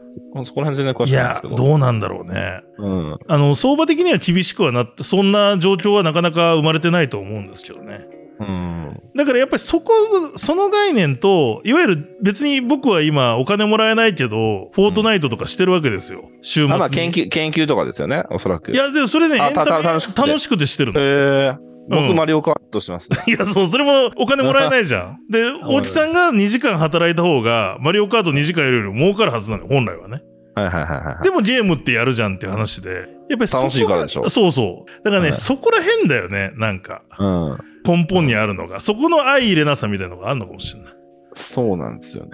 [SPEAKER 2] そこら辺全然詳
[SPEAKER 1] い
[SPEAKER 2] しくないんです
[SPEAKER 1] や
[SPEAKER 2] け、ど。
[SPEAKER 1] どうなんだろうね。
[SPEAKER 2] うん。
[SPEAKER 1] あの、相場的には厳しくはなって、そんな状況はなかなか生まれてないと思うんですけどね。
[SPEAKER 2] うん。
[SPEAKER 1] だからやっぱりそこ、その概念と、いわゆる別に僕は今お金もらえないけど、フォートナイトとかしてるわけですよ。週末に。
[SPEAKER 2] あまあ、研究、研究とかですよね、おそらく。
[SPEAKER 1] いや、でもそれね、
[SPEAKER 2] あ
[SPEAKER 1] エンタメ
[SPEAKER 2] たた楽しくて
[SPEAKER 1] 楽しくてしてるの。
[SPEAKER 2] え ー、
[SPEAKER 1] う
[SPEAKER 2] 僕、
[SPEAKER 1] ん
[SPEAKER 2] マリオカートしてますね。
[SPEAKER 1] いや、そう、それもお金もらえないじゃん。で、
[SPEAKER 2] う
[SPEAKER 1] 大木さんが2時間働いた方が、マリオカート2時間やるより儲かるはずなのよ、本来はね。
[SPEAKER 2] はいはいはいはい。
[SPEAKER 1] でもゲームってやるじゃんっていう話で。やっぱりそこが
[SPEAKER 2] 楽しいからでしょ
[SPEAKER 1] そうそう。だからね、
[SPEAKER 2] はい
[SPEAKER 1] そこら辺だよね、なんか。
[SPEAKER 2] うん。
[SPEAKER 1] 根本にあるのが。そこの相入れなさみたいなのがあるのかもしれない。
[SPEAKER 2] そうなんですよね。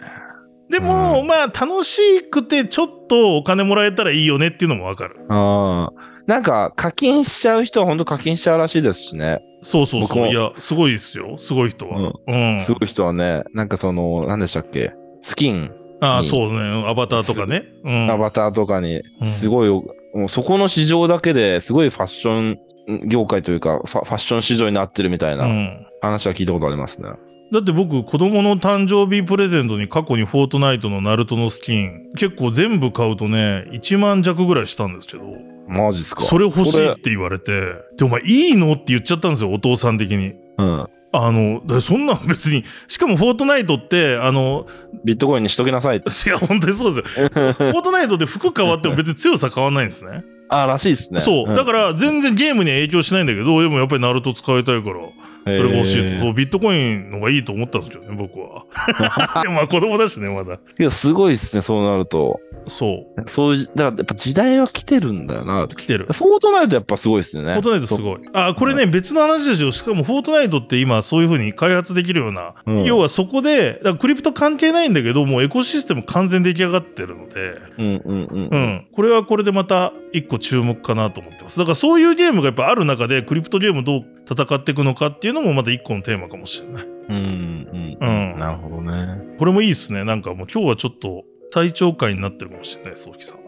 [SPEAKER 1] でも、
[SPEAKER 2] うん
[SPEAKER 1] まあ、楽しくて、ちょっとお金もらえたらいいよねっていうのもわかる。
[SPEAKER 2] ああ。なんか、課金しちゃう人は本当課金しちゃうらしいですしね。
[SPEAKER 1] そうそう
[SPEAKER 2] 僕
[SPEAKER 1] そ
[SPEAKER 2] も
[SPEAKER 1] う。いや、すごいですよ。すごい人は。うん。
[SPEAKER 2] すごい人はね、なんかその、何でしたっけ、スキン、
[SPEAKER 1] ああ、そうね。アバターとかね。うん。
[SPEAKER 2] アバターとかに
[SPEAKER 1] うん、
[SPEAKER 2] すごい、もうそこの市場だけですごいファッション業界というか、ファファッション市場になってるみたいうなん話は聞いたことありますね。
[SPEAKER 1] だって僕、子供の誕生日プレゼントに過去にフォートナイトのナルトのスキン、結構全部買うとね、1万弱ぐらいしたんですけど、
[SPEAKER 2] マジっすか。
[SPEAKER 1] それ欲しいっ
[SPEAKER 2] そ
[SPEAKER 1] て言われて、で、お前いいのって言っちゃったんですよ、お父さん的に。
[SPEAKER 2] うん。
[SPEAKER 1] あの、だそんなん別に、しかもフォートナイトって、あの、
[SPEAKER 2] ビットコインにしときなさいって。
[SPEAKER 1] いや、本当にそうです よ。フォートナイトで服変わっても別に強さ変わんないんですね。
[SPEAKER 2] あらしいですね。、
[SPEAKER 1] そう。だからら全然ゲームには影響しないんだけど、でもやっぱりナルト使いたいから、それが欲しいと。
[SPEAKER 2] へ
[SPEAKER 1] そ
[SPEAKER 2] ー
[SPEAKER 1] う、ビットコインの方がいいと思ったんですよね、僕 は。でもまあ子供だしね、まだ。
[SPEAKER 2] いや、すごいですね、そうなると。
[SPEAKER 1] そう。
[SPEAKER 2] そういう、だからやっぱ時代は来てるんだよな。
[SPEAKER 1] 来てる。
[SPEAKER 2] フォートナイトやっぱすごいですよね。
[SPEAKER 1] フォートナイトすごい。あ、これね、別の話ですよ。しかも、フォートナイトって今、そういう風に開発できるような。
[SPEAKER 2] うん
[SPEAKER 1] 要はそこで、だからクリプト関係ないんだけど、もうエコシステム完全出来上がってるので、
[SPEAKER 2] うんうんうん。
[SPEAKER 1] う。ん。これはこれでまた、一個注目かなと思ってます。だからそういうゲームがやっぱある中で、クリプトゲームどう戦っていくのかっていうのもまた一個のテーマかもしれない。
[SPEAKER 2] うん
[SPEAKER 1] うん
[SPEAKER 2] なるほどね。
[SPEAKER 1] これもいいですね。なんかもう今日はちょっと、体調会になってるかもしれない、早期さん。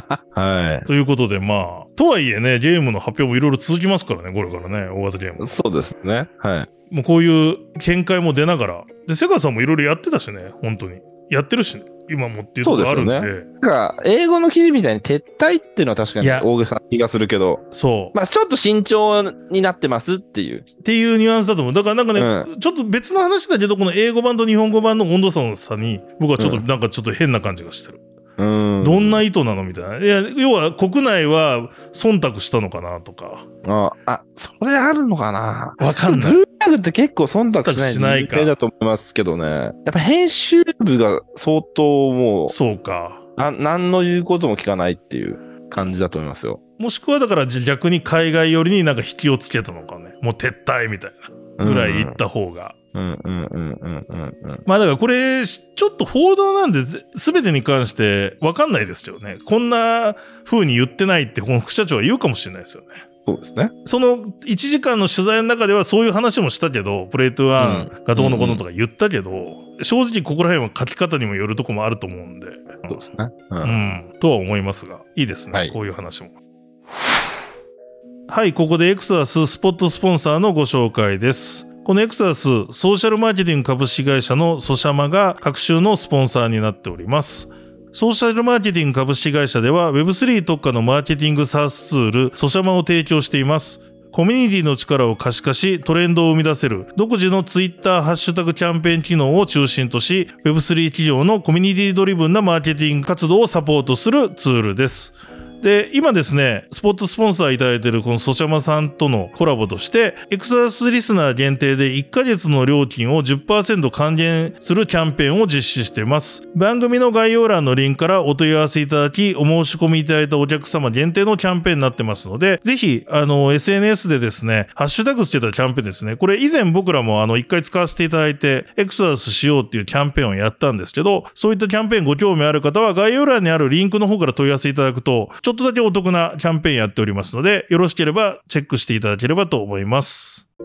[SPEAKER 2] は
[SPEAKER 1] ということで、まあ、とはいえね、ゲームの発表もいろいろ続きますからね、これからね、大型ゲーム
[SPEAKER 2] い。。そうですね。はい。
[SPEAKER 1] もうこういう見解も出ながら。で、セガさんもいろいろやってたしね、本当に。やってるし、ね、今もっていうところあるんで。
[SPEAKER 2] そうなんか、英語の記事みたいに撤退っていうのは確か
[SPEAKER 1] い
[SPEAKER 2] に
[SPEAKER 1] や
[SPEAKER 2] 大げさな気がするけど、
[SPEAKER 1] そう
[SPEAKER 2] まあちょっと慎重になってますっていう。
[SPEAKER 1] っていうニュアンスだと思う。だからなんかね、ちょっと別の話だけど、この英語版と日本語版の温度差の差に、僕はちょっと
[SPEAKER 2] う
[SPEAKER 1] なんかちょっと変な感じがしてる。
[SPEAKER 2] うん
[SPEAKER 1] どんな意図なのみたいな。いや、要は国内は忖度したのかなとか。
[SPEAKER 2] ああ、それあるのかな
[SPEAKER 1] わか
[SPEAKER 2] ブ
[SPEAKER 1] んない。
[SPEAKER 2] ルーラグって結構忖度しない
[SPEAKER 1] 忖度しないか
[SPEAKER 2] 人間だと思いますけどね。やっぱ編集部が相当も
[SPEAKER 1] そうか。
[SPEAKER 2] う、な何の言うことも聞かないっていう感じだと思いますよ。
[SPEAKER 1] もしくはだからじゃ逆に海外寄りになんか引きをつけたのかね。もう撤退みたいなぐらい行った方が。
[SPEAKER 2] うんうんうんうんうんうん。
[SPEAKER 1] まあだからこれ、しちょっと報道なんで、ぜ全てに関して分かんないですよね。こんな風に言ってないって、この副社長は言うかもしれないですよね。
[SPEAKER 2] そうですね。
[SPEAKER 1] その1時間の取材の中ではそういう話もしたけど、プレート1がどうのこうのとか言ったけど、正直ここら辺は書き方にもよるとこもあると思うんで、
[SPEAKER 2] そうですね。う。
[SPEAKER 1] うんん、とは思いますが、いいですね、
[SPEAKER 2] はい
[SPEAKER 1] こういう話も。はい、ここでエクサススポットスポンサーのご紹介です。このエクサスソーシャルマーケティング株式会社のソシャマが各週のスポンサーになっております。ソーシャルマーケティング株式会社では Web3 特化のマーケティングサースツールソシャマを提供しています。コミュニティの力を可視化し、トレンドを生み出せる、独自のツイッターハッシュタグキャンペーン機能を中心とし、Web3 企業のコミュニティドリブンなマーケティング活動をサポートするツールです。で、今ですね、スポットスポンサーいただいているこのソシャマさんとのコラボとして、エクサスリスナー限定で1ヶ月の料金を10%還元するキャンペーンを実施しています。番組の概要欄のリンクからお問い合わせいただき、お申し込みいただいたお客様限定のキャンペーンになってますので、ぜひ、あの、SNS でですね、ハッシュタグつけたキャンペーンですね、これ以前僕らもあの、一回使わせていただいて、エクサスしようっていうキャンペーンをやったんですけど、そういったキャンペーンご興味ある方は、概要欄にあるリンクの方から問い合わせいただくと、ちょっとだけお得なキャンペーンやっておりますので、よろしければチェックしていただければと思います。
[SPEAKER 3] 「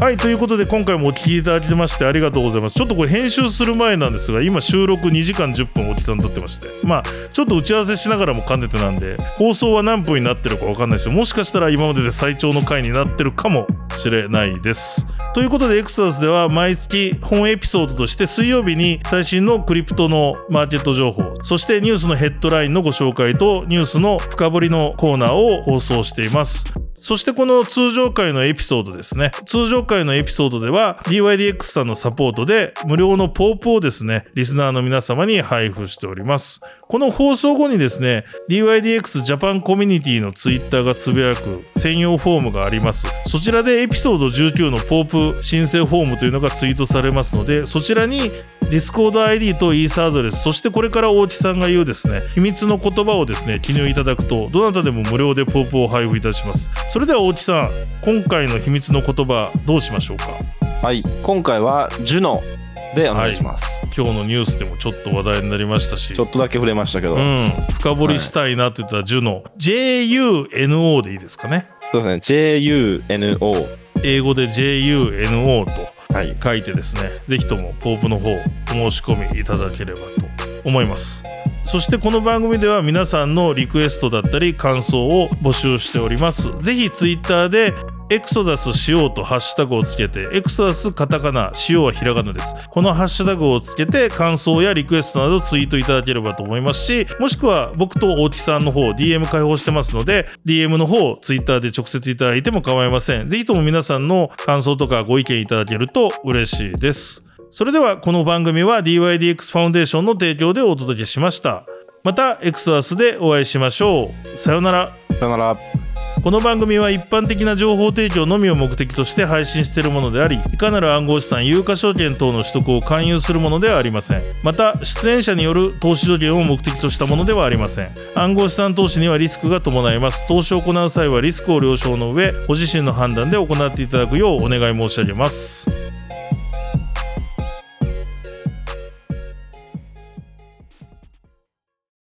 [SPEAKER 1] はい、ということで今回もお聞きいただきましてありがとうございます。ちょっとこれ編集する前なんですが、今収録2時間10分おじさんとってまして、まあ、ちょっと打ち合わせしながらも兼ねてなんで、放送は何分になってるかわかんないし、もしかしたら今までで最長の回になってるかもしれないです。ということで、エクサスでは毎月本エピソードとして水曜日に最新のクリプトのマーケット情報、そしてニュースのヘッドラインのご紹介とニュースの深掘りのコーナーを放送しています。そしてこの通常回のエピソードですね。通常回のエピソードでは DYDX さんのサポートで無料のポープをですね、リスナーの皆様に配布しております。この放送後にですね、DYDX ジャパンコミュニティのツイッターがつぶやく専用フォームがあります。そちらでエピソード19のポープ申請フォームというのがツイートされますので、そちらにディスコード ID とイーサアドレス、そしてこれから大木さんが言うですね、秘密の言葉をですね、記入いただくと、どなたでも無料でポープを配布いたします。それでは大木さん、今回の秘密の言葉、どうしましょうか
[SPEAKER 2] はい、今回はジュノでお願いします。
[SPEAKER 1] 今日のニュースでもちょっと話題になりましたし
[SPEAKER 2] ちょ、っとだけ触れましたけど、
[SPEAKER 1] うん、深掘りしたいなって言ったら、ジュノ、JUNO でいいですかね。
[SPEAKER 2] そうですね、JUNO。
[SPEAKER 1] 英語で JUNO と
[SPEAKER 2] はい、
[SPEAKER 1] 書いてですね、ぜひともポープの方、お申し込みいただければと思います。そしてこの番組では皆さんのリクエストだったり感想を募集しております。ぜひツイッターでエクソダスしようとハッシュタグをつけて、エクソダスカタカナ、しようはひらがなです。このハッシュタグをつけて、感想やリクエストなどツイートいただければと思いますし、もしくは僕と大木さんの方、DM 開放してますので、DM の方、ツイッターで直接いただいても構いません。ぜひとも皆さんの感想とかご意見いただけると嬉しいです。それでは、この番組は DYDX ファウンデーションの提供でお届けしました。また、エクソダスでお会いしましょう。さようなら。
[SPEAKER 2] さよなら。
[SPEAKER 1] この番組は一般的な情報提供のみを目的として配信しているものでありいかなる暗号資産有価証券等の取得を勧誘するものではありませんまた出演者による投資助言を目的としたものではありません暗号資産投資にはリスクが伴います投資を行う際はリスクを了承の上ご自身の判断で行っていただくようお願い申し上げます